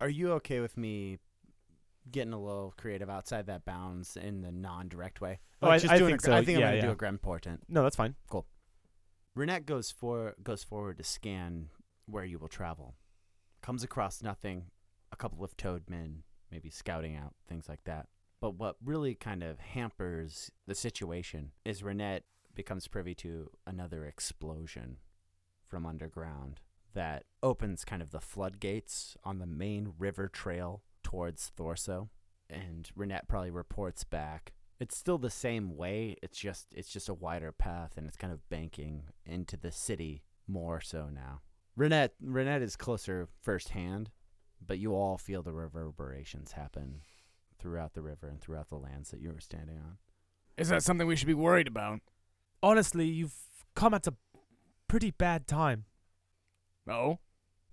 S4: Are you okay with me getting a little creative outside that bounds in the non-direct way?
S2: Oh,
S4: Like,
S2: I-
S4: just
S2: I
S4: doing
S2: think
S4: a gr- I
S2: so.
S4: think
S2: Yeah,
S4: I'm gonna do
S2: yeah.
S4: a grim portent.
S2: No, that's fine.
S4: Renette goes for goes forward to scan where you will travel. Comes across nothing, a couple of toad men maybe scouting out things like that. But what really kind of hampers the situation is Renette becomes privy to another explosion from underground that opens kind of the floodgates on the main river trail towards Thorso. And Renette probably reports back it's still the same way it's just it's just a wider path and it's kind of banking into the city more so now renette renette is closer firsthand but you all feel the reverberations happen throughout the river and throughout the lands that you were standing on
S3: Is that something we should be worried about?
S2: Honestly, you've come at a pretty bad time.
S3: No.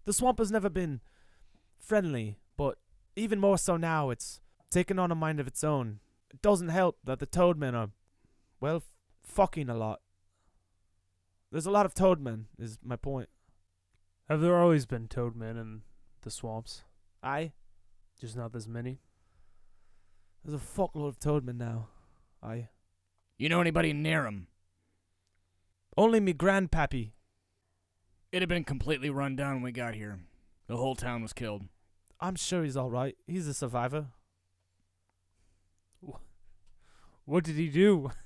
S2: The swamp has never been friendly, but even more so now, it's taken on a mind of its own. It doesn't help that the Toadmen are, well, f- fucking a lot. There's a lot of Toadmen, is my point.
S1: Have there always been toadmen in the swamps?
S2: Aye?
S1: Just not this many.
S2: There's a fuckload of Toadmen now. I
S3: You know anybody near him?
S2: only me grandpappy.
S3: It had been completely run down when we got here. The whole town was killed.
S2: I'm sure he's all right. He's a survivor.
S1: What did he do?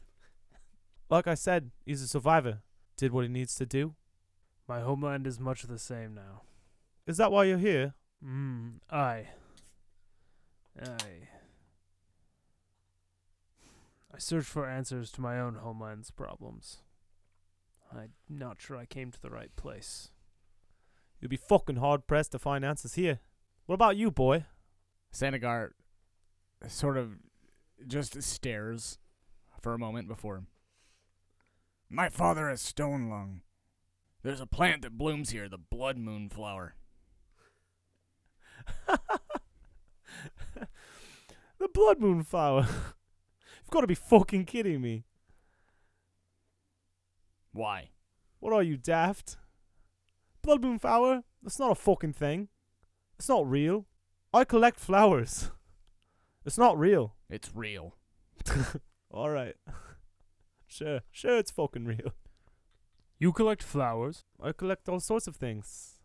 S2: Like I said, he's a survivor. Did what he needs to do.
S1: My homeland is much the same now.
S2: Is that why you're here?
S1: Mm, aye. Aye. I searched for answers to my own homeland's problems. I'm not sure I came to the right place.
S2: You'd be fucking hard pressed to find answers here. What about you, boy?
S3: Sanagar sort of just stares for a moment before. My father has stone lung. There's a plant that blooms here, the blood moon flower.
S2: The blood moon flower. You've got to be fucking kidding me.
S3: Why?
S2: What are you, daft? Blood moon flower? That's not a fucking thing. It's not real. I collect flowers. It's not real.
S3: It's real.
S2: all right. sure, sure, it's fucking real.
S1: You collect flowers.
S2: I collect all sorts of things.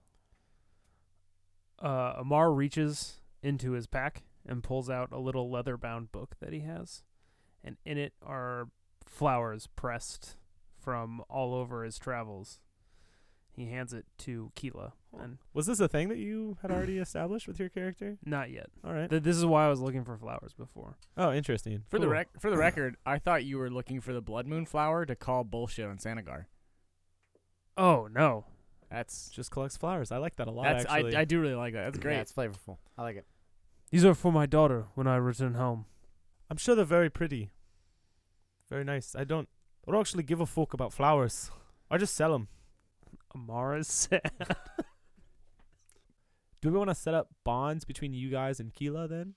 S1: Uh, Amar reaches into his pack and pulls out a little leather bound book that he has, and in it are flowers pressed from all over his travels. He hands it to Keela, and
S2: Was this a thing that you had already established with your character?
S1: not yet.
S2: All right.
S1: Th- this is why I was looking for flowers before.
S2: Oh, interesting.
S3: For the
S2: Cool.
S3: rec- for the record, I thought you were looking for the blood moon flower to call bullshit on Sanagar.
S1: Oh no,
S3: That's
S2: just collects flowers. I like that a lot.
S3: that's I,
S2: actually,
S3: I do really like that. That's
S4: yeah,
S3: great.
S4: it's flavorful i like it
S1: these are for my daughter when I return home.
S2: am sure they're very pretty. Very nice. I don't. I don't actually give a fuck about flowers. I just sell them.
S1: Amara is sad.
S2: Do we want to set up bonds between you guys and Keela then?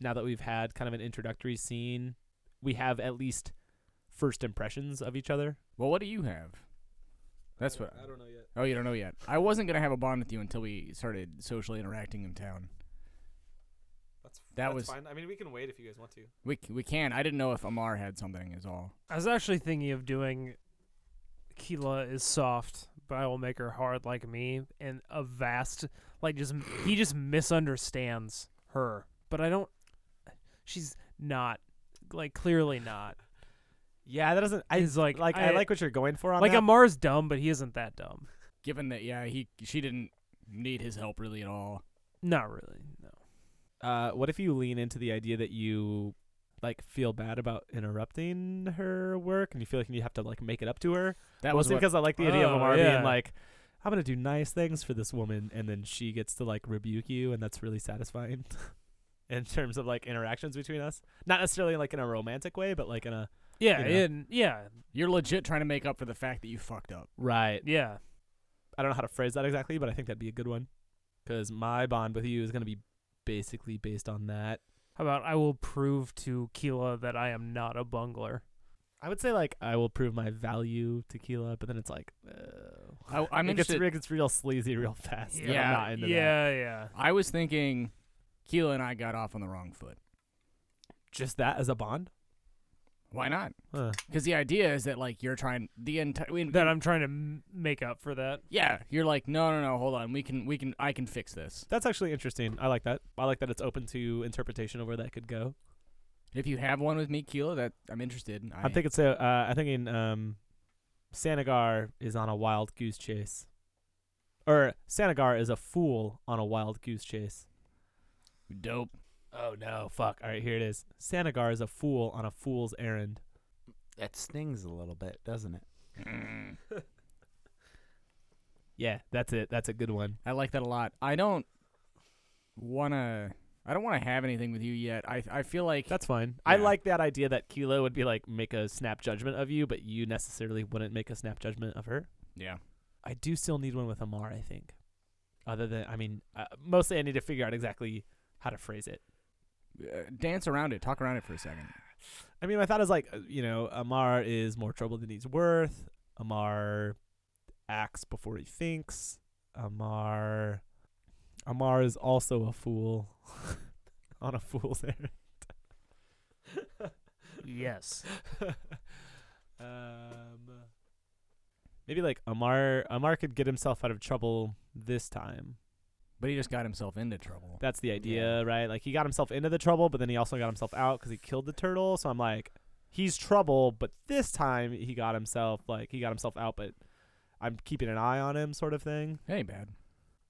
S2: Now that we've had kind of an introductory scene, we have at least first impressions of each other.
S3: Well, what do you have? That's what.
S2: don't know yet.
S3: Oh, you don't know yet. I wasn't gonna have a bond with you until we started socially interacting in town.
S2: That's
S3: That that's was- fine.
S2: I mean, we can wait if you guys want to.
S3: We c- we can. I didn't know if Amar had something. Is all.
S1: I was actually thinking of doing Keela is soft, but I will make her hard like me and a vast like just he just misunderstands her. But I don't she's not like clearly not.
S2: Yeah, that doesn't. I
S1: He's like,
S2: like. I,
S1: I-
S2: like what you're going for on
S1: like
S2: that.
S1: Amar's dumb, but he isn't that dumb.
S3: Given that, yeah, he she didn't need his help really at all.
S1: Not really. No.
S2: uh, what if you lean into the idea that you like feel bad about interrupting her work and you feel like you have to like make it up to her?
S3: That
S2: Mostly
S3: was what,
S2: because I like the idea of
S1: Oh,
S2: Amar
S1: yeah.
S2: being like, I'm gonna do nice things for this woman, and then she gets to like rebuke you, and that's really satisfying. in terms of like interactions between us, not necessarily like in a romantic way, but like in a
S1: Yeah,
S2: You know.
S1: and yeah,
S3: you're legit trying to make up for the fact that you fucked up.
S2: right.
S1: yeah.
S2: I don't know how to phrase that exactly, but I think that'd be a good one. Because my bond with you is gonna be basically based on that.
S1: How about I will prove to Keela that I am not a bungler.
S2: I would say like I will prove my value to Keela, but then it's like uh,
S3: I, I'm
S2: it gets
S3: interested.
S2: re- it gets real sleazy real fast. and I'm
S1: yeah,
S2: not into that.
S1: yeah, yeah.
S3: I was thinking, Keela and I got off on the wrong foot.
S2: Just that as a bond.
S3: Why not?
S2: Huh.
S3: Because the idea is that like you're trying the entire.
S1: That I'm trying to m- make up for that.
S3: Yeah, you're like, no, no, no, hold on. We can, we can, I can fix this.
S2: That's actually interesting. I like that. I like that it's open to interpretation of where that could go.
S3: If you have one with me, Keela, that I'm interested. I,
S2: I'm thinking so. Uh, I'm thinking um, Sanagar is on a wild goose chase, or Sanagar is a fool on a wild goose chase.
S3: dope.
S2: Oh no! Fuck! All right, here it is. Sanagar is a fool on a fool's errand.
S4: That stings a little bit, doesn't it?
S3: Mm.
S2: Yeah, that's it. That's a good one.
S3: I like that a lot. I don't wanna. I don't want to have anything with you yet. I I feel like
S2: That's fine. I
S3: Yeah.
S2: like that idea that Kilo would be like make a snap judgment of you, but you necessarily wouldn't make a snap judgment of her.
S3: yeah.
S2: I do still need one with Amar, I think. Other than, I mean, uh, mostly I need to figure out exactly how to phrase it.
S3: Uh, dance around it. Talk around it for a second.
S2: I mean, my thought is like, uh, you know, Amar is more trouble than he's worth. Amar acts before he thinks. Amar, Amar is also a fool on a fool's errand.
S1: Yes.
S2: um, maybe like Amar. Amar could get himself out of trouble this time.
S3: But he just got himself into trouble.
S2: That's the idea, right? Like he got himself into the trouble, but then he also got himself out because he killed the turtle. So I'm like, he's trouble, but this time he got himself like he got himself out, but I'm keeping an eye on him, sort of thing.
S3: Hey, bad.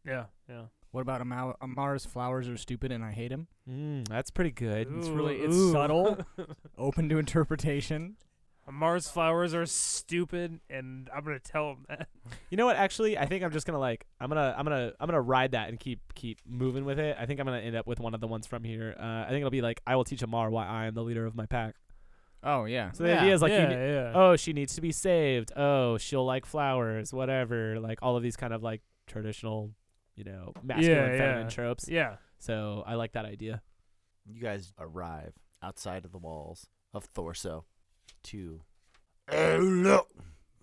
S1: Yeah, yeah.
S3: What about Amar- Amar's flowers are stupid and I hate him?
S2: Mm, that's pretty good.
S3: It's really it's
S1: Ooh.
S3: subtle, open to interpretation.
S1: Mars flowers are stupid, and I'm gonna tell him that.
S2: You know what? Actually, I think I'm just gonna like I'm gonna I'm gonna I'm gonna ride that and keep keep moving with it. I think I'm gonna end up with one of the ones from here. Uh, I think it'll be like I will teach Amar why I am the leader of my pack.
S3: Oh yeah.
S2: So the
S4: Yeah,
S2: idea is like you
S1: yeah,
S2: ne-
S1: yeah.
S2: oh she needs to be saved. Oh she'll like flowers, whatever. Like all of these kind of like traditional, you know, masculine
S1: Yeah,
S2: feminine
S1: yeah.
S2: tropes.
S1: yeah.
S2: So I like that idea.
S4: You guys arrive outside of the walls of Thorso to. Oh, look!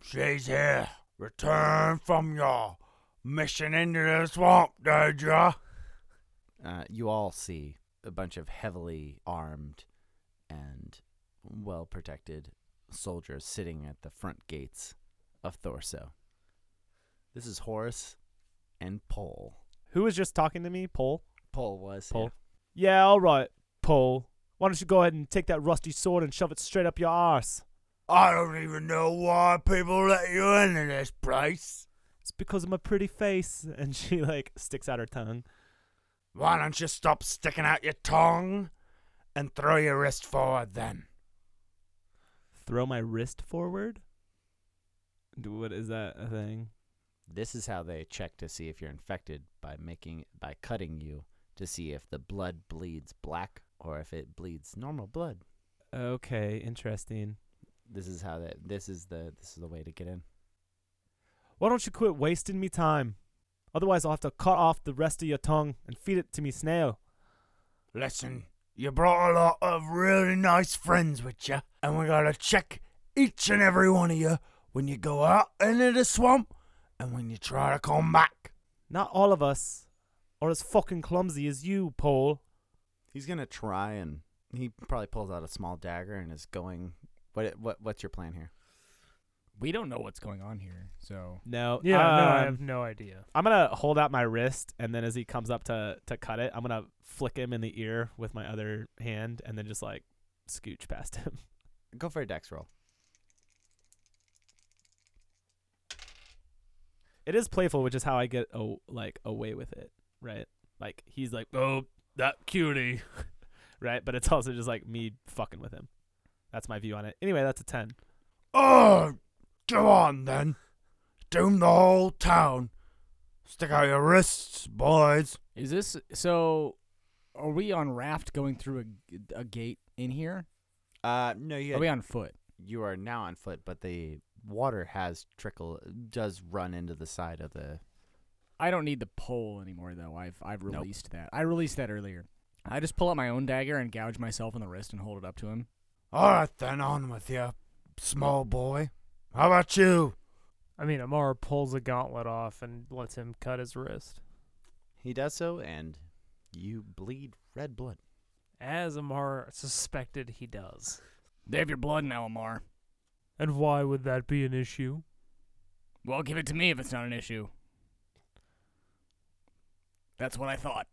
S4: She's here! Return from your mission into the swamp, did ya? Uh, you all see a bunch of heavily armed and well protected soldiers sitting at the front gates of Thorso. This is Horace and Pole.
S2: Who was just talking to me? Pole.
S4: Pole was.
S2: Pole. Yeah, all right, Pole. Why don't you go ahead and take that rusty sword and shove it straight up your arse?
S4: I don't even know why people let you into this place.
S2: It's because of my pretty face. And she like sticks out her tongue.
S4: Why don't you stop sticking out your tongue and throw your wrist forward then?
S2: Throw my wrist forward. D- What is that a thing?
S4: This is how they check to see if you're infected by making by cutting you to see if the blood bleeds black or if it bleeds normal blood.
S2: Okay, interesting.
S4: This is how that this is the this is the way to get in.
S2: Why don't you quit wasting me time? Otherwise, I'll have to cut off the rest of your tongue and feed it to me snail.
S5: Listen, you brought a lot of really nice friends with you, and we gotta check each and every one of you when you go out into the swamp and when you try to come back.
S2: Not all of us are as fucking clumsy as you, Paul.
S4: He's gonna try and he probably pulls out a small dagger and is going. What what what's your plan here?
S3: We don't know what's going on here, so
S2: No.
S1: Yeah, no, I
S2: um,
S1: have no idea.
S2: I'm gonna hold out my wrist, and then as he comes up to to cut it, I'm gonna flick him in the ear with my other hand, and then just like scooch past him.
S4: Go for a dex roll.
S2: It is playful, which is how I get a, like away with it, right? Like he's like, oh, that cutie, right? But it's also just like me fucking with him. That's my view on it. Anyway, that's a ten.
S5: Oh, go on then. Doom the whole town. Stick out your wrists, boys.
S3: is this so? Are we on raft going through a, a gate in here?
S4: Uh, no, you
S3: Are we on foot?
S4: you are now on foot, but the water has trickle does run into the side of the.
S3: I don't need the pole anymore though. I've I've
S4: Nope.
S3: released that. I released that earlier. I just pull out my own dagger and gouge myself in the wrist and hold it up to him.
S5: All right then, on with you, small boy. How about you?
S1: I mean, Amara pulls a gauntlet off and lets him cut his wrist.
S4: He does so, and you bleed red blood.
S1: As Amara suspected he does.
S3: They have your blood now, Amar.
S1: And why would that be an issue?
S3: Well, give it to me if it's not an issue. That's what I thought.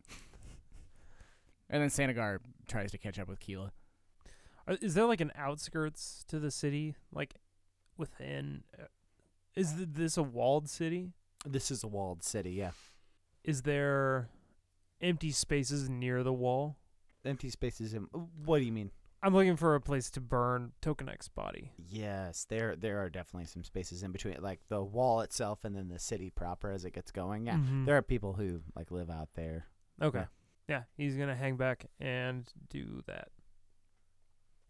S3: And then Sanagar tries to catch up with Keela.
S1: Uh, Is there like an outskirts to the city? Like within. Uh, is th- this a walled city?
S4: This is a walled city, yeah.
S1: Is there empty spaces near the wall?
S4: Empty spaces. In, what do you mean?
S1: I'm looking for a place to burn Tokenek's body.
S4: Yes, there there are definitely some spaces in between, like the wall itself and then the city proper as it gets going. Yeah,
S3: Mm-hmm.
S1: Mhm.
S4: there are people who like live out there.
S1: Okay.
S4: Yeah.
S1: Yeah. he's gonna hang back and do that.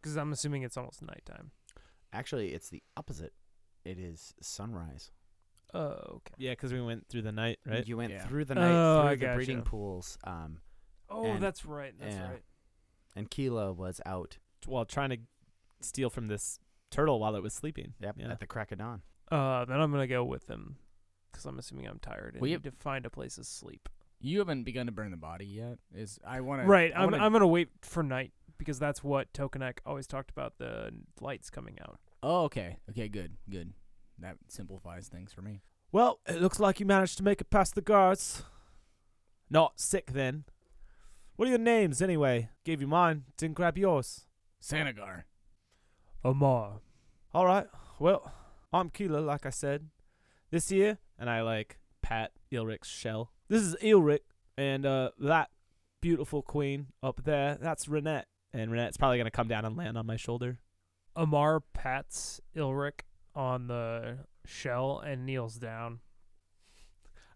S1: Because I'm assuming it's almost nighttime.
S4: Actually, it's the opposite. It is sunrise.
S1: Oh, okay.
S2: Yeah, because we went through the night, right?
S4: You went
S3: Yeah.
S4: through the night
S1: Oh,
S4: through
S1: I
S4: the breeding
S1: gotcha.
S4: pools, um,
S1: Oh,
S4: And-
S1: that's right. That's
S4: yeah.
S1: right.
S4: and Kila was out
S2: While trying to steal from this turtle while it was sleeping.
S4: yep,
S2: Yeah.
S4: at the crack of dawn.
S1: Uh, then I'm gonna go with him, because I'm assuming I'm tired and
S3: We
S1: need
S3: have-
S1: to find a place to sleep.
S3: You haven't begun to burn the body yet. Is I want to
S1: right.
S3: I
S1: I'm
S3: wanna,
S1: I'm gonna wait for night because that's what Tokenek always talked about the n- lights coming out.
S3: Oh, okay. Okay. Good. Good. That simplifies things for me.
S2: Well, it looks like you managed to make it past the guards. Not sick then. What are your names anyway? Gave you mine, didn't grab yours.
S3: Sanagar.
S1: Amar.
S2: All right. Well, I'm Keela, like I said. This year, and I like pat Ilric's shell. This is Ilric, and uh, that beautiful queen up there, that's Renette. And Renette's probably gonna come down and land on my shoulder.
S1: Amar pats Ilric on the shell and kneels down.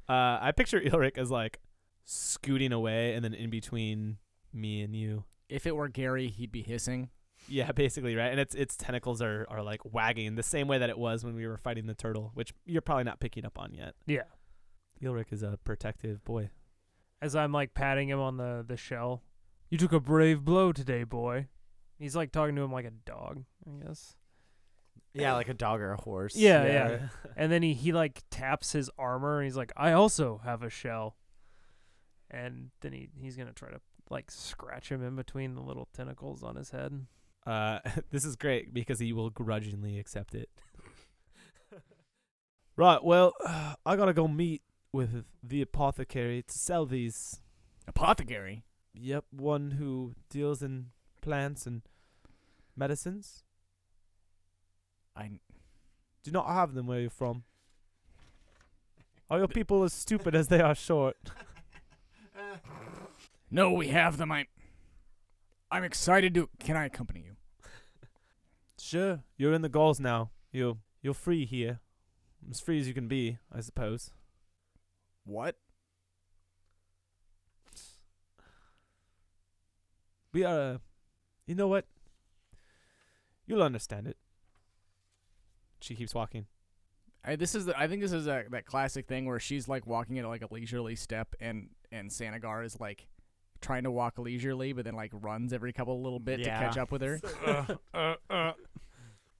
S2: Uh, I picture Ilric as like scooting away, and then in between me and you.
S3: If it were Gary, he'd be hissing.
S2: Yeah, basically, right. And its its tentacles are are like wagging the same way that it was when we were fighting the turtle, which you're probably not picking up on yet.
S1: Yeah.
S2: Ilric is a protective boy.
S1: as I'm like patting him on the the shell. You took a brave blow today, boy. He's like talking to him like a dog, I guess.
S4: Yeah, like a dog or a horse.
S1: Yeah, yeah. And then he he like taps his armor and he's like, "I also have a shell." And then he he's going to try to like scratch him in between the little tentacles on his head.
S2: Uh, this is great because he will grudgingly accept it. right. Well, I gotta go meet with the apothecary to sell these.
S3: Apothecary.
S2: Yep, one who deals in plants and medicines.
S3: I
S2: Do not have them where you're from. Are your people as stupid as they are short?
S3: no, we have them. I I'm excited to. Can I accompany you?
S2: Sure, you're in the Gauls now. You're you're free here, as free as you can be, I suppose.
S3: What?
S2: We are. Uh, you know what? You'll understand it. She keeps walking.
S3: I, this is the, I think this is a, that classic thing where she's like walking at like a leisurely step, and and Sanagar is like trying to walk leisurely, but then like runs every couple little bit
S2: Yeah.
S3: to catch up with her.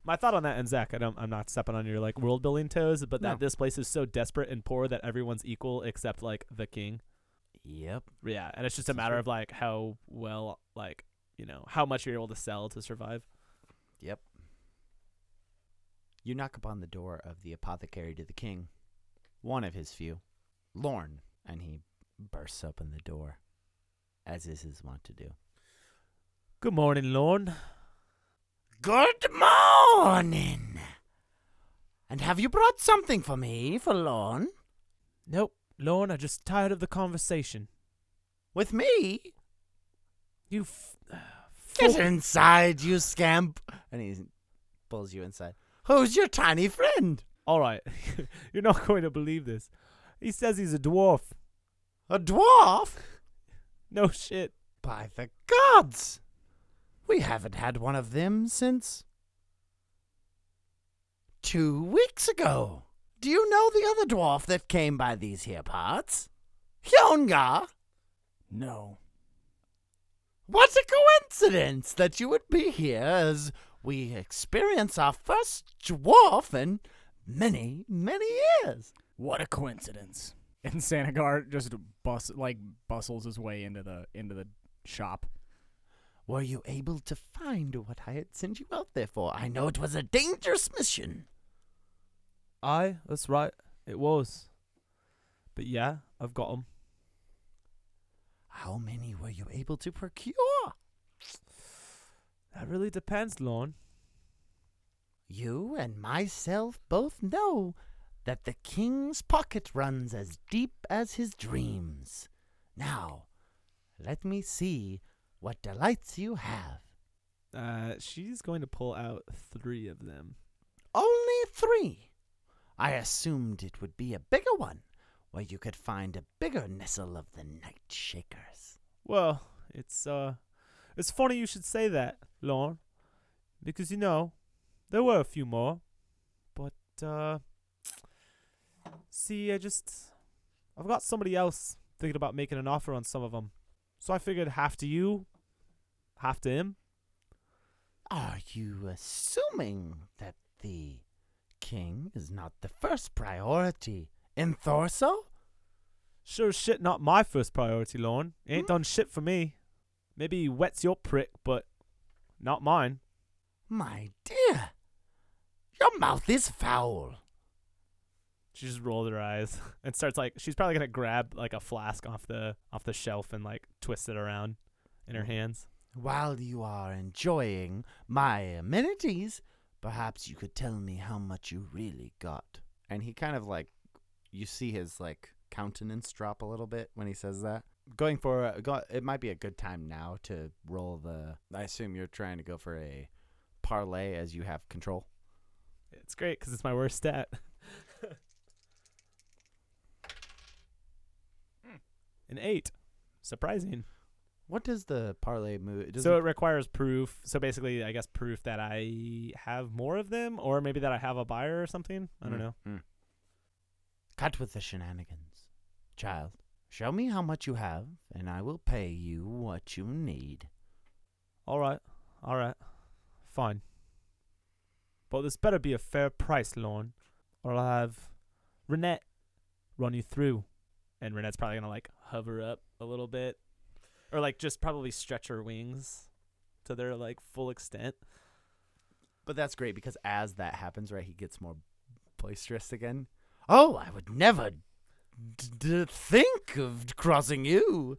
S2: My thought on that, and Zach, I don't, I'm not stepping on your like world building toes, but
S4: No.
S2: that this place is so desperate and poor that everyone's equal except like the king.
S4: Yep.
S2: Yeah, and it's just a matter of like how well, like you know, how much you're able to sell to survive.
S4: Yep. You knock upon the door of the apothecary to the king, one of his few, Lorn, and he bursts open the door, as is his wont to do.
S2: Good morning, Lorne.
S5: Good morning.
S4: And have you brought something for me for Lorn?
S2: Nope, Lorne. I'm just tired of the conversation.
S4: With me?
S2: You. F-
S4: Get inside, you scamp! And he pulls you inside. Who's your tiny friend?
S2: All right, you're not going to believe this. He says he's a dwarf.
S4: A dwarf?
S2: No shit.
S4: By the gods! We haven't had one of them since. Two weeks ago. Do you know the other dwarf that came by these here parts? Hyonga?
S3: No,
S4: What a coincidence that you would be here as we experience our first dwarf in many, many years.
S3: what a coincidence! And Sanagar just bus like bustles his way into the into the shop.
S4: Were you able to find what I had sent you out there for? I know it was a dangerous mission.
S2: Aye, that's right. It was. But yeah, I've got him.
S4: How many were you able to procure?
S2: That really depends, Lorne.
S4: You and myself both know that the king's pocket runs as deep as his dreams. Now, let me see what delights you have.
S2: Uh, she's going to pull out three of them.
S4: Only three. I assumed it would be a bigger one, where you could find a bigger nestle of the night shakers.
S2: Well, it's uh, it's funny you should say that, Lorne, because you know there were a few more, but uh, see, I just I've got somebody else thinking about making an offer on some of them, so I figured half to you, half to him.
S4: Are you assuming that the king is not the first priority in Thorso?
S2: Sure as shit, not my first priority, Lorne. He ain't done shit for me. Maybe he wets your prick, but not mine.
S4: My dear, your mouth is foul.
S2: She just rolled her eyes and starts like she's probably gonna grab like a flask off the off the shelf and like twist it around in her hands.
S4: While you are enjoying my amenities, perhaps you could tell me how much you really got. And he kind of like, you see his like countenance drop a little bit when he says that. Going for a, go, it might be a good time now to roll the. I assume you're trying to go for a parlay as you have control.
S2: It's great because it's my worst stat. An eight, surprising.
S4: What does the parlay move? Does
S2: so it requires proof. So basically, I guess proof that I have more of them, or maybe that I have a buyer or something. I
S4: Hmm.
S2: don't know.
S4: Cut with the shenanigans. Child, show me how much you have, and I will pay you what you need.
S2: All right, all right, fine. But this better be a fair price, Lorne, or I'll have Renette run you through. And Renette's probably gonna like hover up a little bit, or like just probably stretch her wings to their like full extent.
S4: But that's great because as that happens, right, he gets more boisterous again. Oh, I would never d- d- think of crossing you.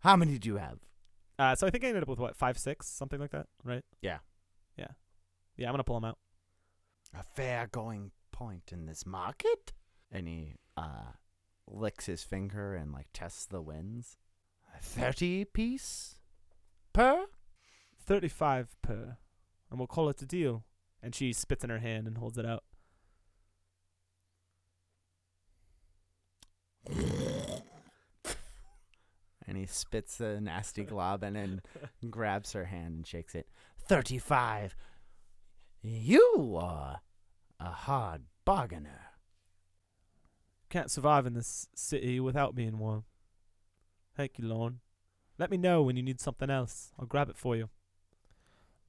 S4: How many do you have?
S2: Uh, so I think I ended up with what five, six, something like that, right?
S4: Yeah.
S2: yeah, yeah. I'm gonna pull them out.
S4: A fair going point in this market? And he uh, licks his finger and like tests the winds. A 30 piece per?
S2: Thirty-five per, and we'll call it a deal. And she spits in her hand and holds it out.
S4: And he spits a nasty glob and then grabs her hand and shakes it. 35. You are a hard bargainer.
S2: Can't survive in this city without being one. Thank you, Lorne. Let me know when you need something else. I'll grab it for you.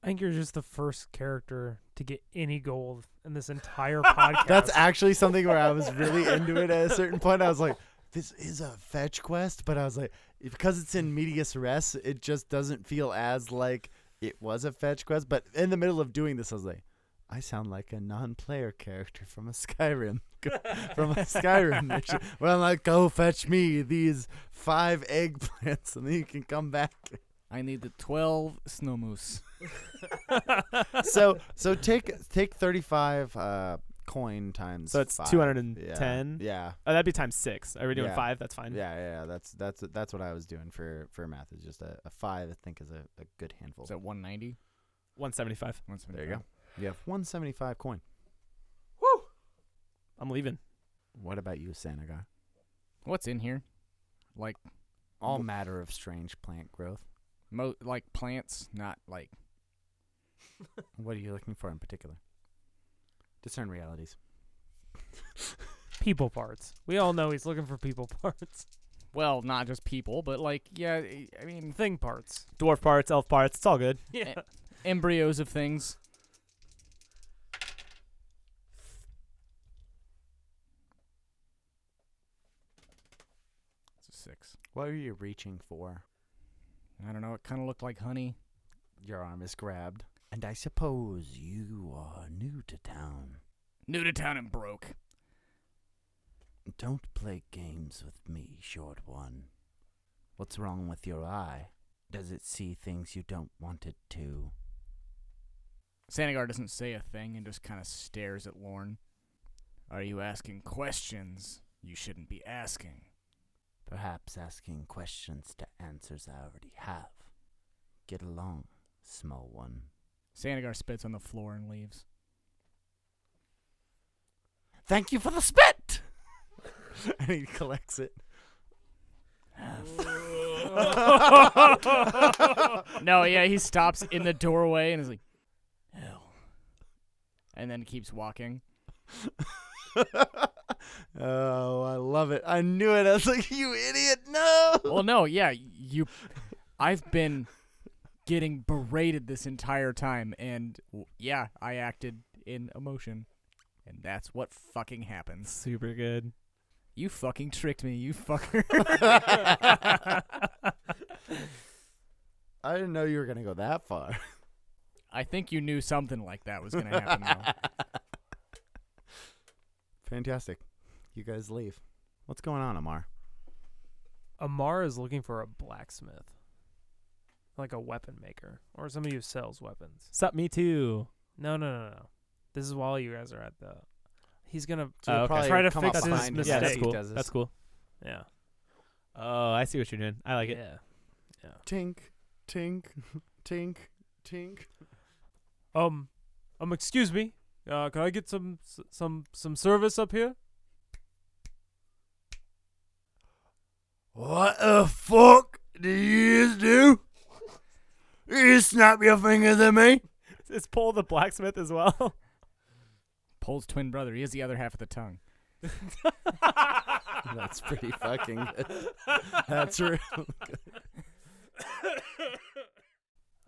S1: I think you're just the first character to get any gold in this entire podcast.
S4: That's actually something where I was really into it at a certain point. I was like, this is a fetch quest, but I was like, because it's in medias res, it just doesn't feel as like it was a fetch quest. But in the middle of doing this, I was like, I sound like a non-player character from a Skyrim, from a Skyrim mission. Where I'm like, go fetch me these five eggplants, and then you can come back.
S3: I need the 12 snow moose.
S4: So, so take take 35 uh, coin times.
S2: So it's
S4: five.
S2: 210?
S4: Yeah. yeah.
S2: Oh, that'd be times six. Are we doing
S4: Yeah.
S2: five? That's fine.
S4: Yeah, yeah, yeah, that's that's that's what I was doing for for math. Is just a, a five. I think is a, a good handful.
S3: Is that 190?
S2: 175.
S4: there you go. You have one seventy five coin.
S2: I'm leaving.
S4: What about you, Sanagar?
S3: What's in here? Like
S4: All matter of strange plant growth.
S3: mo- like plants, not like
S4: What are you looking for in particular? Discern realities.
S1: people parts. We all know he's looking for people parts,
S3: well, not just people, but like yeah, I- I mean
S1: thing parts.
S2: Dwarf parts, elf parts. It's all good.
S1: Yeah.
S3: embryos of things. It's a 6.
S4: What are you reaching for?
S3: I don't know, it kind of looked like honey.
S4: Your arm is grabbed. And I suppose you are new to town.
S3: New to town and broke.
S4: Don't play games with me, short one. What's wrong with your eye? Does it see things you don't want it to?
S3: Sanagar doesn't say a thing and just kind of stares at Lorne. Are you asking questions you shouldn't be asking?
S4: Perhaps asking questions to answers I already have. Get along, small one.
S3: Sanagar spits on the floor and leaves.
S4: Thank you for the spit! and he collects it.
S3: No, yeah, he stops in the doorway and is like, hell. And then keeps walking.
S4: oh, I love it. I knew it. I was like, you idiot, no!
S3: Well, no, yeah, you. I've been getting berated this entire time, and w- yeah, I acted in emotion. And that's what fucking happens.
S2: Super good.
S3: You fucking tricked me, you fucker.
S4: I didn't know you were going to go that far.
S3: I think you knew something like that was going to happen. though.
S4: Fantastic. You guys leave. What's going on, Amar?
S1: Amar is looking for a blacksmith, like a weapon maker or somebody who sells weapons.
S2: Sup, me too.
S1: No, no, no, no. This is while you guys are at the. He's gonna.
S2: Oh,
S4: we'll
S2: okay.
S4: probably
S1: Try to
S4: come
S1: fix
S4: up
S1: his
S4: behind him
S2: Yeah,
S4: as
S2: that's
S1: mistake.
S4: he
S2: cool.
S4: does this.
S2: That's cool.
S1: Yeah.
S2: Oh, I see what you're doing. I like it.
S1: yeah.
S4: Tink, tink, tink, tink.
S1: Um, um, excuse me. Uh, can I get some s- some some service up here?
S5: What the fuck do you do? You snap your fingers at me?
S2: Is Paul the blacksmith as well?
S3: Pole's twin brother. He has the other half of the tongue.
S4: That's pretty fucking good. That's real.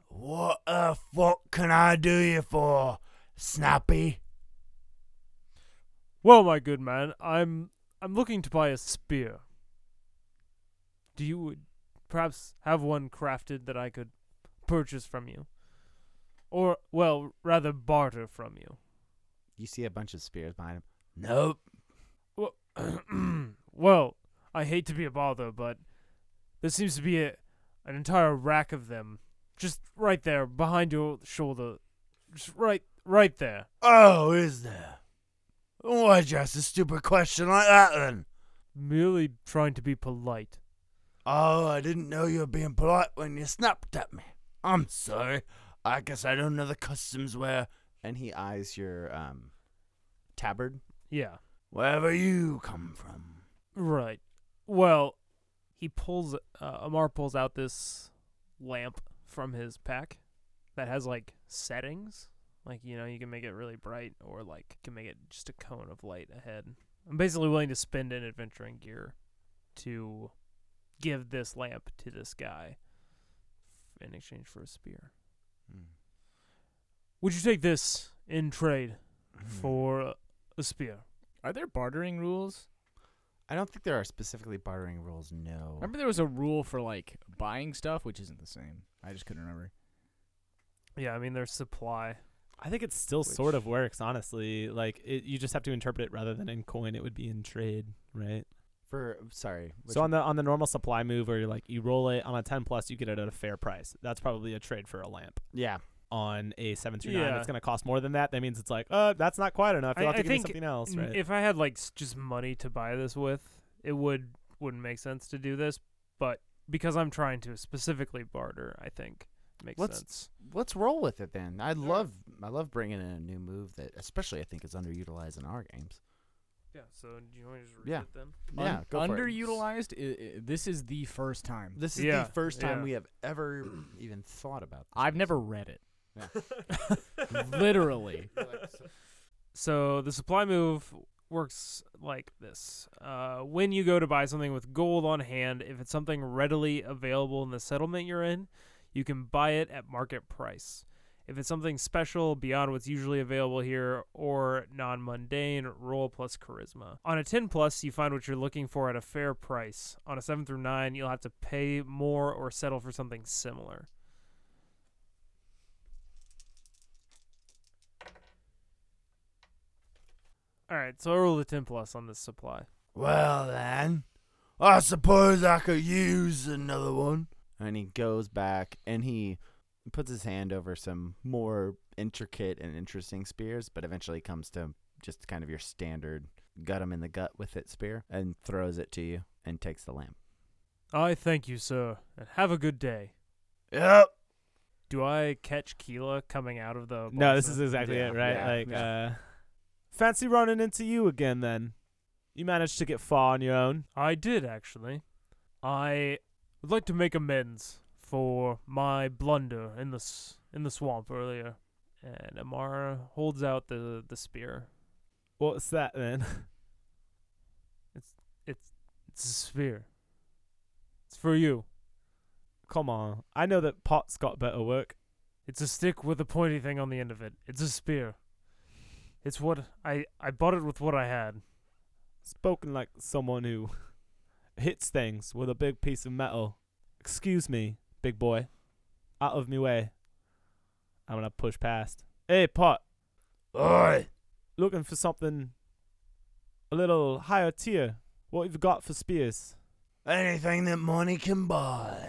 S5: What the fuck can I do you for, Snappy?
S1: Well, my good man, I'm I'm looking to buy a spear. Do you would perhaps have one crafted that I could purchase from you? Or well, rather barter from you.
S4: You see a bunch of spears behind him.
S5: Nope.
S1: Well, well, I hate to be a bother, but there seems to be a, an entire rack of them just right there behind your shoulder. Just right right there.
S5: Oh, is there? Why'd you ask a stupid question like that then?
S1: Merely trying to be polite.
S5: Oh, I didn't know you were being polite when you snapped at me. I'm sorry. I guess I don't know the customs where
S4: And he eyes your um, tabard.
S1: Yeah.
S5: wherever you come from.
S1: Right. Well, he pulls. Uh, Amar pulls out this lamp from his pack that has like settings. Like you know, you can make it really bright, or like you can make it just a cone of light ahead. I'm basically willing to spend an adventuring gear to give this lamp to this guy in exchange for a spear. Would you take this in trade
S4: Hmm.
S1: for a spear?
S3: Are there bartering rules?
S4: I don't think there are specifically bartering rules. No.
S3: Remember there was a rule for like buying stuff, which isn't the same. I just couldn't remember.
S1: Yeah, I mean there's supply.
S2: I think it still sort of works, honestly. Like it, you just have to interpret it rather than in coin. It would be in trade, right?
S4: For sorry. which
S2: so on the on the normal supply move, where you're like you roll it on a ten plus, you get it at a fair price. That's probably a trade for a lamp.
S4: one? yeah,
S2: On a seven through nine,
S1: Yeah.
S2: it's going to cost more than that. That means it's like, uh, that's not quite enough. You'll
S1: I-
S2: have to
S1: I
S2: give me
S1: think
S2: something else,
S1: N-
S2: right?
S1: If I had like s- just money to buy this with, it would wouldn't make sense to do this, but because I'm trying to specifically barter, I think it makes
S4: Let's-
S1: sense.
S4: let's roll with it then. I love I love bringing in a new move that, especially I think is underutilized in our games.
S1: Yeah, so do you want to just
S4: read Yeah.
S1: it then?
S4: yeah, go for it.
S3: Underutilized. I, I, this is the first time.
S4: This is
S1: Yeah,
S4: the first time
S1: yeah.
S4: we have ever even thought about. This
S3: I've
S4: concept.
S3: never read it. Literally.
S1: So the supply move works like this. Uh, when you go to buy something with gold on hand, if it's something readily available in the settlement you're in, you can buy it at market price. If it's something special beyond what's usually available here or non mundane, roll plus charisma. On a 10 plus, you find what you're looking for at a fair price. On a 7 through 9, you'll have to pay more or settle for something similar. All right, so I rolled a 10 plus on this supply.
S5: Well then, I suppose I could use another one.
S4: and he goes back and he puts his hand over some more intricate and interesting spears, but eventually comes to just kind of your standard gut him in the gut with it spear and throws it to you and takes the lamp.
S1: I thank you, sir, and have a good day.
S5: Yep.
S1: Do I catch Keela coming out of the?
S2: no, this
S1: box?
S2: is exactly
S4: Yeah,
S2: it, right?
S4: yeah,
S2: like,
S4: yeah.
S2: uh, fancy running into you again. Then you managed to get far on your own.
S1: I did actually. I would like to make amends for my blunder in the s- in the swamp earlier. And Amara holds out the the spear.
S2: What's that then?
S1: It's a spear. It's for you.
S2: Come on, I know that pot's got better work.
S1: It's a stick with a pointy thing on the end of it. It's a spear. It's what I I bought it with what I had.
S2: Spoken like someone who hits things with a big piece of metal. Excuse me, big boy. Out of me way. I'm gonna push past. Hey, pot.
S5: Oi.
S2: Looking for something a little higher tier. What have you got for spears?
S5: Anything that money can buy.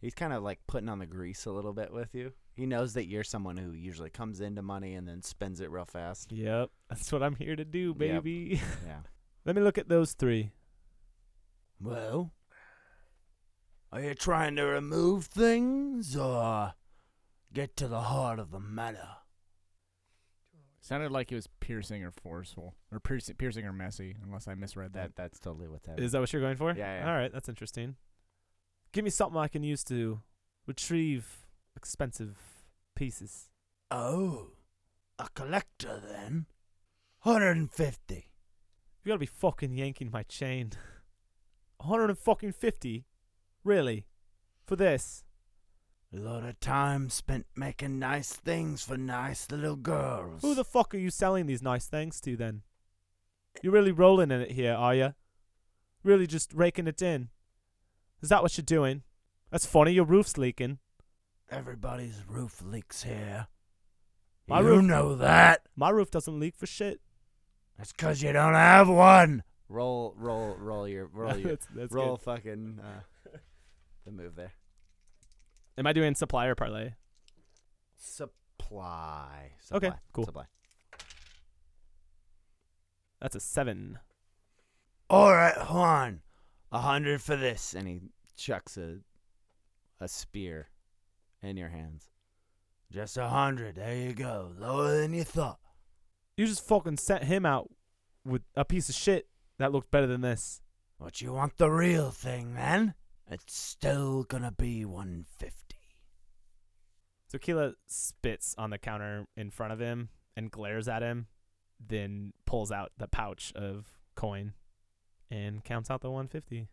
S4: He's kind of like putting on the grease a little bit with you. He knows that you're someone who usually comes into money and then spends it real fast.
S2: Yep, that's what I'm here to do,
S4: Yep.
S2: baby.
S4: Yeah.
S2: Let me look at those three.
S5: Well, are you trying to remove things or get to the heart of the matter?
S3: Sounded like it was piercing or forceful, or piercing, piercing or messy, unless I misread that.
S4: That that's totally what that is.
S2: Is that what you're going for?
S4: Yeah, yeah.
S2: All right, that's interesting. Give me something I can use to retrieve expensive pieces.
S5: Oh, a collector then? 150.
S2: You gotta be fucking yanking my chain. 150? Really? For this?
S5: A lot of time spent making nice things for nice little girls.
S2: Who the fuck are you selling these nice things to then? You're really rolling in it here, are you? Really just raking it in? Is that what you're doing? That's funny, your roof's leaking.
S5: Everybody's roof leaks here.
S2: My
S5: you
S2: roof-
S5: know that.
S2: My roof doesn't leak for shit.
S5: That's 'cause you don't have one.
S4: Roll roll roll your roll your
S2: that's, that's
S4: roll
S2: good.
S4: fucking uh, the move there.
S2: Am I doing supplier parlay?
S4: Supply.
S2: Okay,
S4: Supply.
S2: cool.
S4: Supply.
S2: That's a seven.
S5: All right, Juan.
S4: A hundred for this, and he chucks a a spear in your hands.
S5: Just a hundred. There you go. Lower than you thought.
S2: You just fucking sent him out with a piece of shit that looked better than this.
S5: But you want the real thing then? It's still gonna be 150.
S2: So Keela spits on the counter in front of him and glares at him then pulls out the pouch of coin and counts out the 150.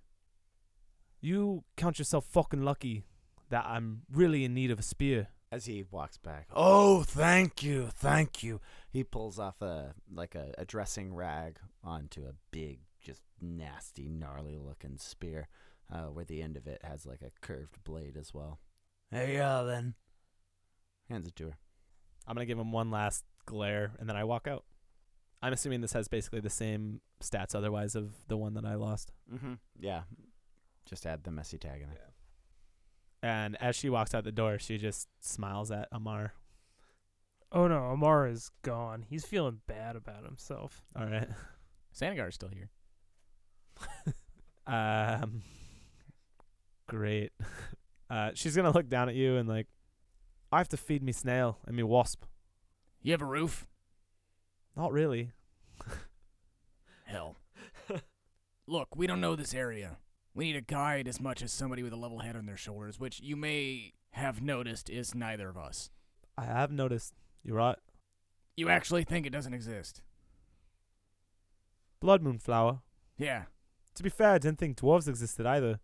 S2: You count yourself fucking lucky that I'm really in need of a spear.
S4: As he walks back,
S5: Oh, thank you, thank you.
S4: he pulls off a like a, a dressing rag onto a big, just nasty, gnarly looking spear, uh, where the end of it has like a curved blade as well.
S5: There you are then.
S4: Hands it to her.
S2: I'm going to give him one last glare and then I walk out. I'm assuming this has basically the same stats otherwise of the one that I lost.
S4: Mm-hmm. Yeah, just add the messy tag in it.
S2: And as she walks out the door, she just smiles at Amar.
S1: Oh no, Amar is gone. He's feeling bad about himself.
S2: All right.
S3: Sanagar's still here.
S2: Um, great. Uh, she's gonna look down at you and like, I have to feed me snail and me wasp.
S3: You have a roof?
S2: Not really.
S3: Hell. Look, we don't know this area. We need a guide as much as somebody with a level head on their shoulders, which you may have noticed is neither of us.
S2: I have noticed. You're right.
S3: You actually think it doesn't exist.
S2: Blood moon flower.
S3: Yeah,
S2: To be fair, I didn't think dwarves existed either.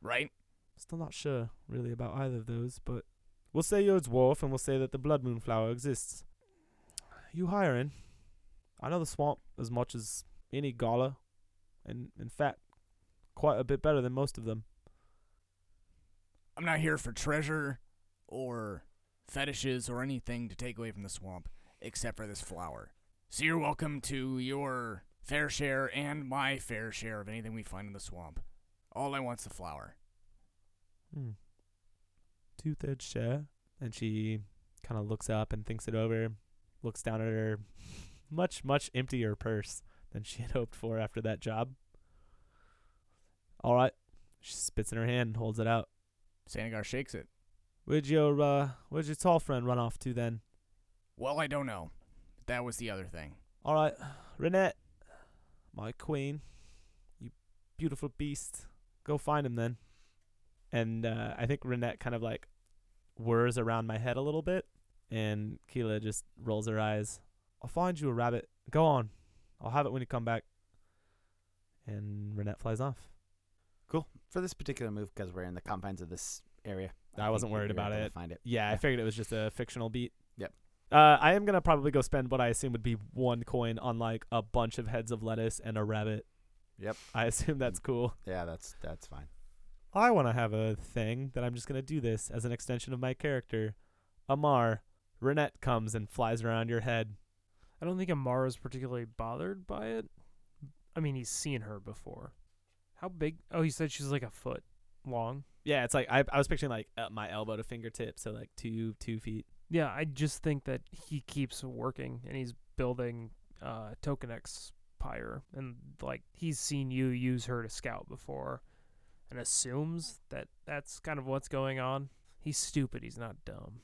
S3: right?
S2: Still not sure really about either of those, but we'll say you're a dwarf and we'll say that the blood moon flower exists. You hiring? I know the swamp as much as any gala, and in fact, quite a bit better than most of them.
S3: I'm not here for treasure or fetishes or anything to take away from the swamp, except for this flower. So you're welcome to your fair share and my fair share of anything we find in the swamp. All I want's the flower.
S2: Hmm. Two thirds share. And she kind of looks up and thinks it over, looks down at her much, much emptier purse than she had hoped for after that job. All right. She spits in her hand and holds it out.
S3: Sanagar shakes it.
S2: Where'd your uh, where'd your tall friend run off to then?
S3: Well, I don't know. That was the other thing.
S2: All right, Renette, my queen, you beautiful beast, go find him then. And uh, I think Renette kind of like whirs around my head a little bit, and Keela just rolls her eyes. I'll find you a rabbit. Go on, I'll have it when you come back. And Renette flies off.
S4: For this particular move, because we're in the confines of this area,
S2: I wasn't
S4: think that
S2: worried
S4: you're
S2: about
S4: able to
S2: it.
S4: Find it.
S2: Yeah, I figured it was just a fictional beat.
S4: Yep.
S2: Uh, I am gonna probably go spend what I assume would be one coin on like a bunch of heads of lettuce and a rabbit.
S4: Yep.
S2: I assume that's cool.
S4: Yeah, that's that's fine.
S2: I want to have a thing that I'm just gonna do this as an extension of my character. Amar, Renette comes and flies around your head.
S1: I don't think Amar is particularly bothered by it. I mean, he's seen her before. How big? Oh, he said she's like a foot long.
S2: Yeah, it's like I, I was picturing like uh, my elbow to fingertip, so like two two feet.
S1: Yeah, I just think that he keeps working and he's building uh, Token Expire. And, like, he's seen you use her to scout before and assumes that that's kind of what's going on. He's stupid. He's not dumb.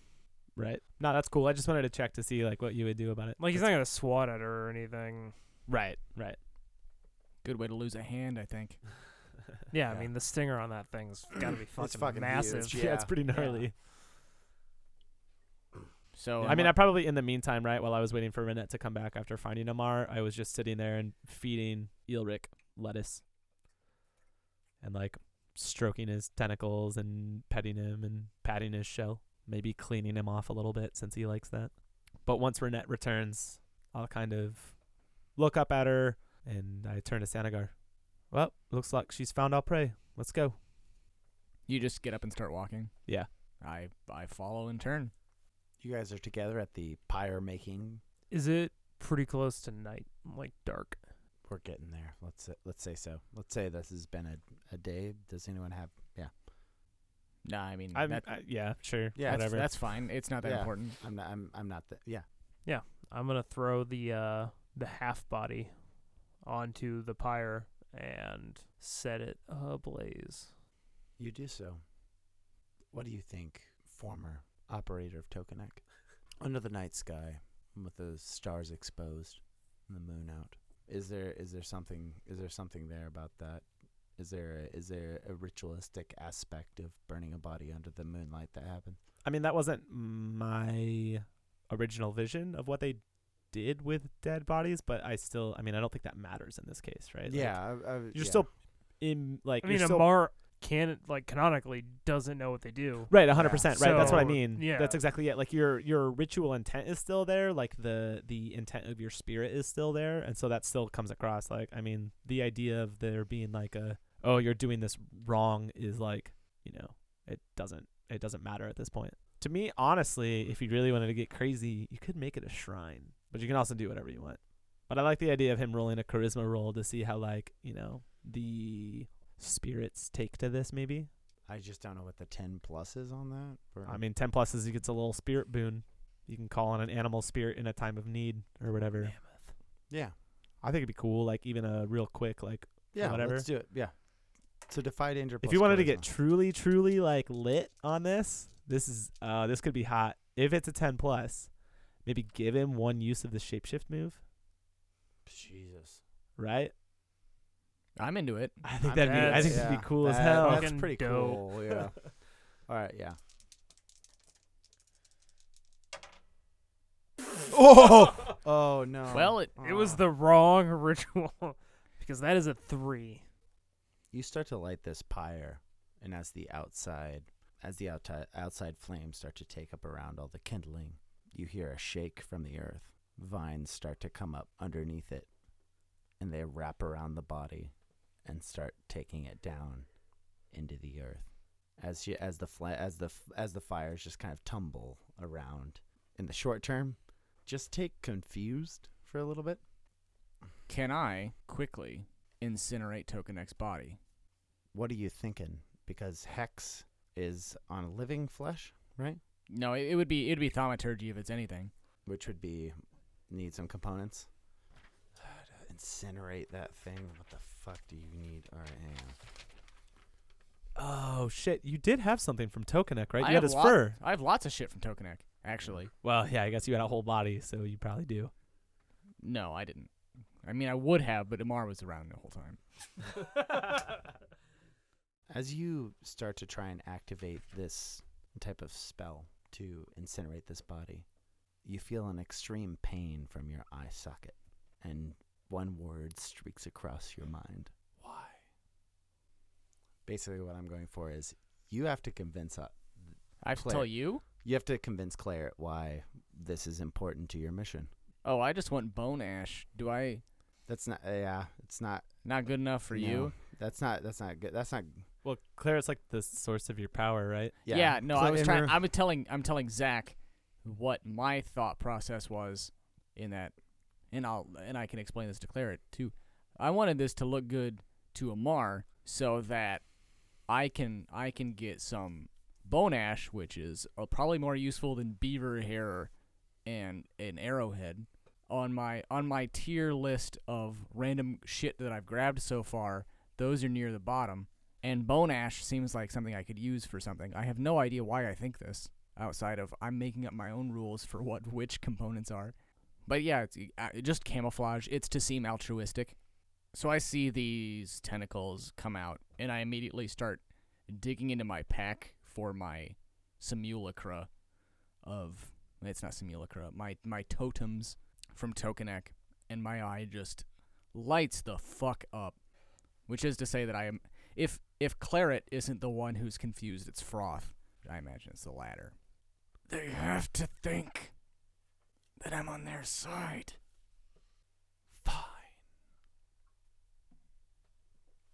S2: Right. No, that's cool. I just wanted to check to see like what you would do about it.
S1: Like, he's
S2: That's-
S1: not going to swat at her or anything.
S2: right. Right.
S3: Good way to lose a hand, I think.
S1: Yeah, I
S4: Yeah.
S1: mean, the stinger on that thing's got to be fucking,
S4: fucking huge.
S1: massive.
S2: yeah, it's pretty gnarly.
S3: So
S2: I mean, I probably in the meantime, right, while I was waiting for Renette to come back after finding Amar, I was just sitting there and feeding Eelric lettuce and like stroking his tentacles and petting him and patting his shell, maybe cleaning him off a little bit since he likes that. But once Renette returns, I'll kind of look up at her and I turn to Sanagar. Well, looks like she's found our prey. Let's go.
S3: you just get up and start walking.
S2: Yeah.
S3: I I follow in turn.
S4: You guys are together at the pyre making.
S1: Is it pretty close to night? Like, dark?
S4: We're getting there. Let's say, let's say so. Let's say this has been a, a day. Does anyone have? Yeah,
S3: Nah, I mean
S2: I'm,
S3: Mm, that,
S2: I- yeah, sure.
S4: Yeah, it's-
S2: whatever.
S3: that's fine. It's not that
S4: Yeah.
S3: important.
S4: I'm not. I'm. I'm not. The, yeah.
S1: I'm gonna throw the uh, the half body onto the pyre and set it ablaze.
S4: You do so. What do you think, former operator of Tokanek? Under the night sky, with the stars exposed and the moon out. Is there is there something is there something there about that? Is there a, is there a ritualistic aspect of burning a body under the moonlight that happens?
S2: I mean, that wasn't my original vision of what they did with dead bodies, but I still, I mean, I don't think that matters in this case, right? Like,
S4: yeah, I, I-
S2: you're
S4: yeah.
S2: still in like
S1: I mean,
S2: you're still
S1: Amar can like canonically doesn't know what they do.
S2: Right, 100%. Right, that's what I
S1: So,
S2: mean.
S1: yeah.
S2: That's exactly it. Like your your ritual intent is still there, like the the intent of your spirit is still there, and so that still comes across like I mean, the idea of there being like a oh, you're doing this wrong is like, you know, it doesn't it doesn't matter at this point. To me, honestly, if you really wanted to get crazy, you could make it a shrine, but you can also do whatever you want. But I like the idea of him rolling a charisma roll to see how like, you know, the spirits take to this maybe.
S4: I just don't know what the ten plus is on that. or-
S2: I mean, ten plus is he gets a little spirit boon. You can call on an animal spirit in a time of need or whatever.
S4: yeah,
S2: I think it'd be cool, like even a real quick, like
S4: yeah.
S2: whatever.
S4: Let's do it. Yeah. So defy danger.
S2: if
S4: plus
S2: you wanted to get
S4: charisma.
S2: truly, truly like lit on this, this is uh this could be hot. If it's a ten plus, maybe give him one use of the shapeshift move,
S4: Jesus,
S2: right?
S3: I'm into it.
S2: I think
S4: I'm-
S2: that'd be I
S1: that's-
S2: think that'd
S4: yeah,
S2: be cool as
S4: that-
S2: hell.
S4: That's
S1: Fucking
S4: pretty
S1: dope.
S4: cool. Yeah. All right. Yeah.
S2: oh,
S4: Oh no.
S3: Well, it-
S1: It was the wrong ritual because that is a three.
S4: you start to light this pyre and as the outside as the outi- outside flames start to take up around all the kindling you hear a shake from the earth vines start to come up underneath it and they wrap around the body and start taking it down into the earth as you, as the fla- as the f- as the fires just kind of tumble around in the short term just take confused for a little bit
S3: Can I quickly incinerate Token X body?
S4: what are you thinking because hex is on living flesh
S3: No, it, it would be it'd be thaumaturgy if it's anything.
S4: which would be need some components. To incinerate that thing. What the fuck do you need? All right, hang on.
S2: Oh, shit! You did have something from Tokenek, right? You
S3: I
S2: got
S3: have
S2: his
S3: lot-
S2: fur.
S3: I have lots of shit from Token X, actually.
S2: Well, yeah, I guess you had a whole body, so you probably do.
S3: No, I didn't. I mean, I would have, but Amar was around the whole time.
S4: As you start to try and activate this type of spell to incinerate this body, you feel an extreme pain from your eye socket, and one word streaks across your mind. Why? Basically, what I'm going for is you have to convince uh,
S3: I have to
S4: Claire.
S3: tell you.
S4: you have to convince Claire why this is important to your mission.
S3: Oh, I just want bone ash. Do I
S4: That's not yeah, it's not
S3: not good enough for you?
S4: No, That's not. That's not good. That's not.
S2: Well, Claire's like the source of your power, right?
S4: Yeah.
S3: no, I was
S4: Claire-
S3: trying. I'm telling. I'm telling Zach what my thought process was in that, and I'll and I can explain this to Claret too. I wanted this to look good to Amar so that I can I can get some bone ash, which is uh, probably more useful than beaver hair and an arrowhead on my on my tier list of random shit that I've grabbed so far. Those are near the bottom and bone ash seems like something I could use for something. I have no idea why I think this outside of I'm making up my own rules for what which components are. But yeah, it's uh, just camouflage. It's to seem altruistic. So I see these tentacles come out, and I immediately start digging into my pack for my simulacra of it's not simulacra, my my totems from Tokenek, and my eye just lights the fuck up, which is to say that I am if if claret isn't the one who's confused, it's froth. I imagine it's the latter. They have to think that I'm on their side.
S2: Fine.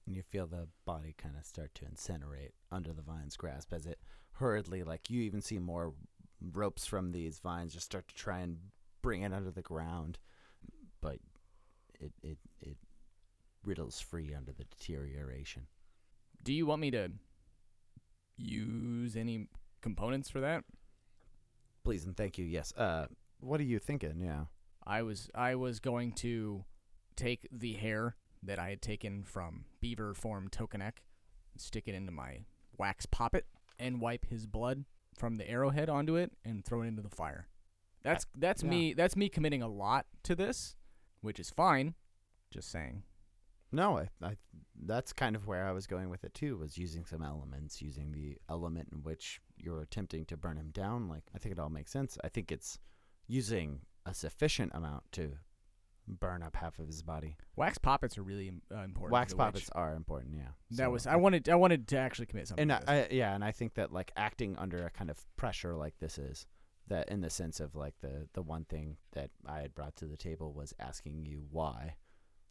S4: And you feel the body kind of start to incinerate under the vine's grasp as it hurriedly, like you even see more ropes from these vines just start to try and bring it under the ground, but it it it riddles free under the deterioration.
S3: Do you want me to use any components for that?
S4: Please and thank you. Yes. Uh, what are you thinking? Yeah.
S3: I was I was going to take the hair that I had taken from beaver form Tokenek, stick it into my wax poppet, and wipe his blood from the arrowhead onto it and throw it into the fire. That's that's
S4: yeah.
S3: me that's me committing a lot to this, which is fine. Just saying.
S4: No, I, I that's kind of where I was going with it too was using some elements, using the element in which you're attempting to burn him down. Like I think it all makes sense. I think it's using a sufficient amount to burn up half of his body.
S3: Wax poppets are really im- uh, important. to
S4: Wax
S3: the witch.
S4: poppets are important, yeah.
S3: That
S4: So-
S3: was I wanted I wanted to actually commit something.
S4: and
S3: to
S4: I,
S3: this.
S4: I, yeah, and I think that like acting under a kind of pressure like this is that in the sense of like the the one thing that I had brought to the table was asking you why,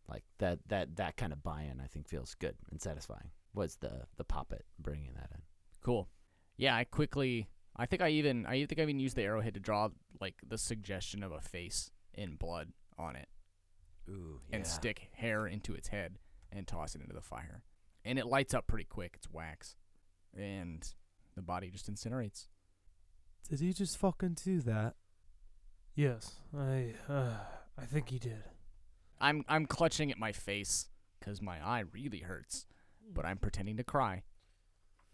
S4: like that that that kind of buy-in I think feels good and satisfying. Was the the poppet bringing that in?
S3: Cool. Yeah, I quickly. I think I even. I think I even used the arrowhead to draw like the suggestion of a face in blood on it,
S4: Ooh,
S3: and stick hair into its head and toss it into the fire, and it lights up pretty quick. It's wax, and the body just incinerates.
S2: Did he just fucking do that?
S1: Yes, I uh, I think he did.
S3: I'm I'm clutching at my face because my eye really hurts, but I'm pretending to cry.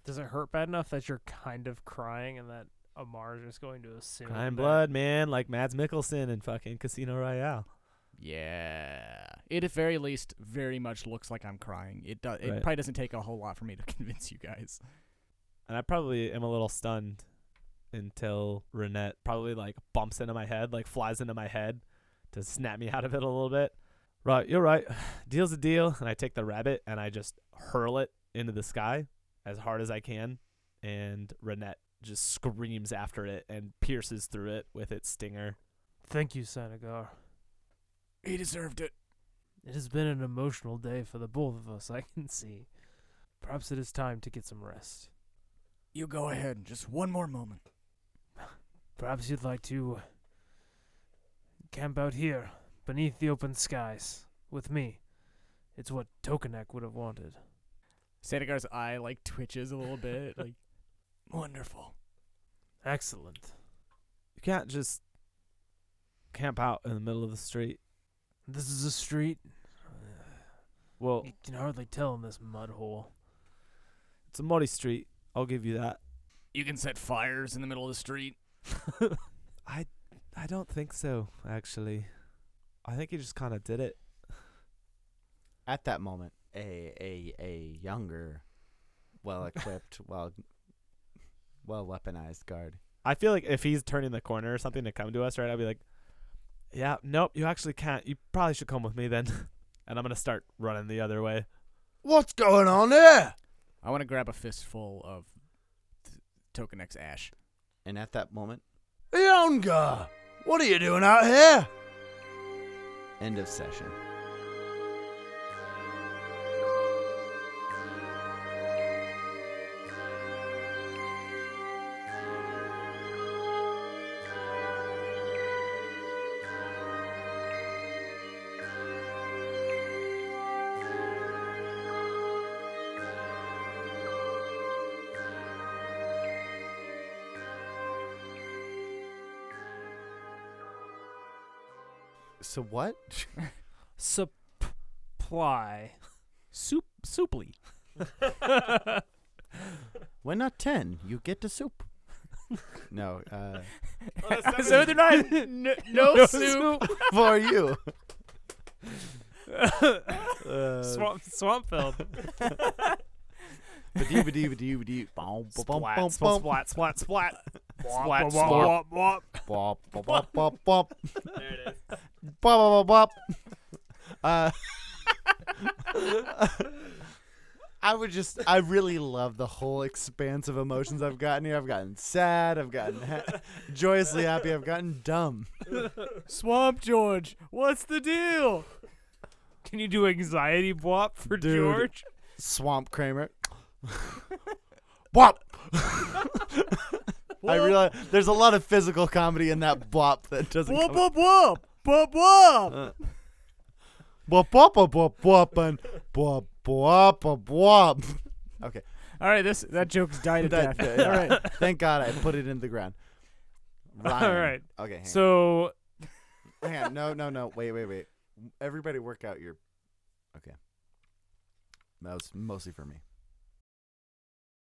S1: Does it hurt bad enough that you're kind of crying and that Amar is just going to assume
S2: Crime
S1: that-
S2: blood, man, like Mads Mikkelsen in fucking Casino Royale.
S3: Yeah, it at very least very much looks like I'm crying. It does. It
S2: Right.
S3: probably doesn't take a whole lot for me to convince you guys.
S2: And I probably am a little stunned until Renette probably like bumps into my head, like flies into my head to snap me out of it a little bit. Right, you're right. Deal's a deal. And I take the rabbit and I just hurl it into the sky as hard as I can. And Renette just screams after it and pierces through it with its stinger.
S1: Thank you, Sanagar.
S3: He deserved it.
S1: It has been an emotional day for the both of us, I can see. Perhaps it is time to get some rest.
S3: You go ahead. Just one more moment.
S1: Perhaps you'd like to camp out here, beneath the open skies, with me. It's what Tokanek would have wanted.
S3: Sanagar's eye like twitches a little bit. Like wonderful.
S1: Excellent.
S2: You can't just camp out in the middle of the street.
S1: This is a street.
S2: Well,
S1: You can hardly tell in this mud hole.
S2: it's a muddy street. I'll give you that.
S3: You can set fires in the middle of the street.
S2: I I don't think so, actually. I think he just kind of did it.
S4: At that moment, a a a younger, well equipped, well well weaponized guard.
S2: I feel like if he's turning the corner or something to come to us, right, I'll be like, yeah, nope, you actually can't. You probably should come with me then. and I'm going to start running the other way.
S5: What's going on there?
S3: I want to grab a fistful of t- Tokenek's ash.
S4: And at that moment,
S5: Leonga, what are you doing out here?
S4: end of session. So what?
S1: Supply.
S3: Soup, souply.
S4: When not ten, you get to soup. no, uh,
S3: so they're not. No, no, soup.
S4: for you. Uh,
S1: Swamp Swampfield.
S2: Splat, splat, splat, splat, splat. Splat, splat.
S4: womp, Bop, bop, bop, bop, bop. Bop, bop, bop, bop. Uh, I would just, I really love the whole expanse of emotions I've gotten here. I've gotten sad, I've gotten ha- joyously happy, I've gotten dumb.
S3: Swamp George, what's the deal?
S1: Can you do anxiety blop for
S4: Dude.
S1: George?
S4: Swamp Kramer.
S5: What?
S4: I realize there's a lot of physical comedy in that bop that doesn't
S3: Whoop,
S4: come Uh.
S3: whoop, whoop. Whoop, whoop.
S4: Bop, bop, bop, bop, bop, and bop, bop, bop, bop. Okay.
S3: All right, this that joke's died a
S4: That-
S3: death.
S4: yeah.
S3: All right.
S4: Thank God I put it in the ground. Ryan.
S1: All right.
S4: Okay. Hang
S1: So
S4: on. hang on. No, no, no. Wait, wait, wait. Everybody work out your. Okay. That was mostly for me.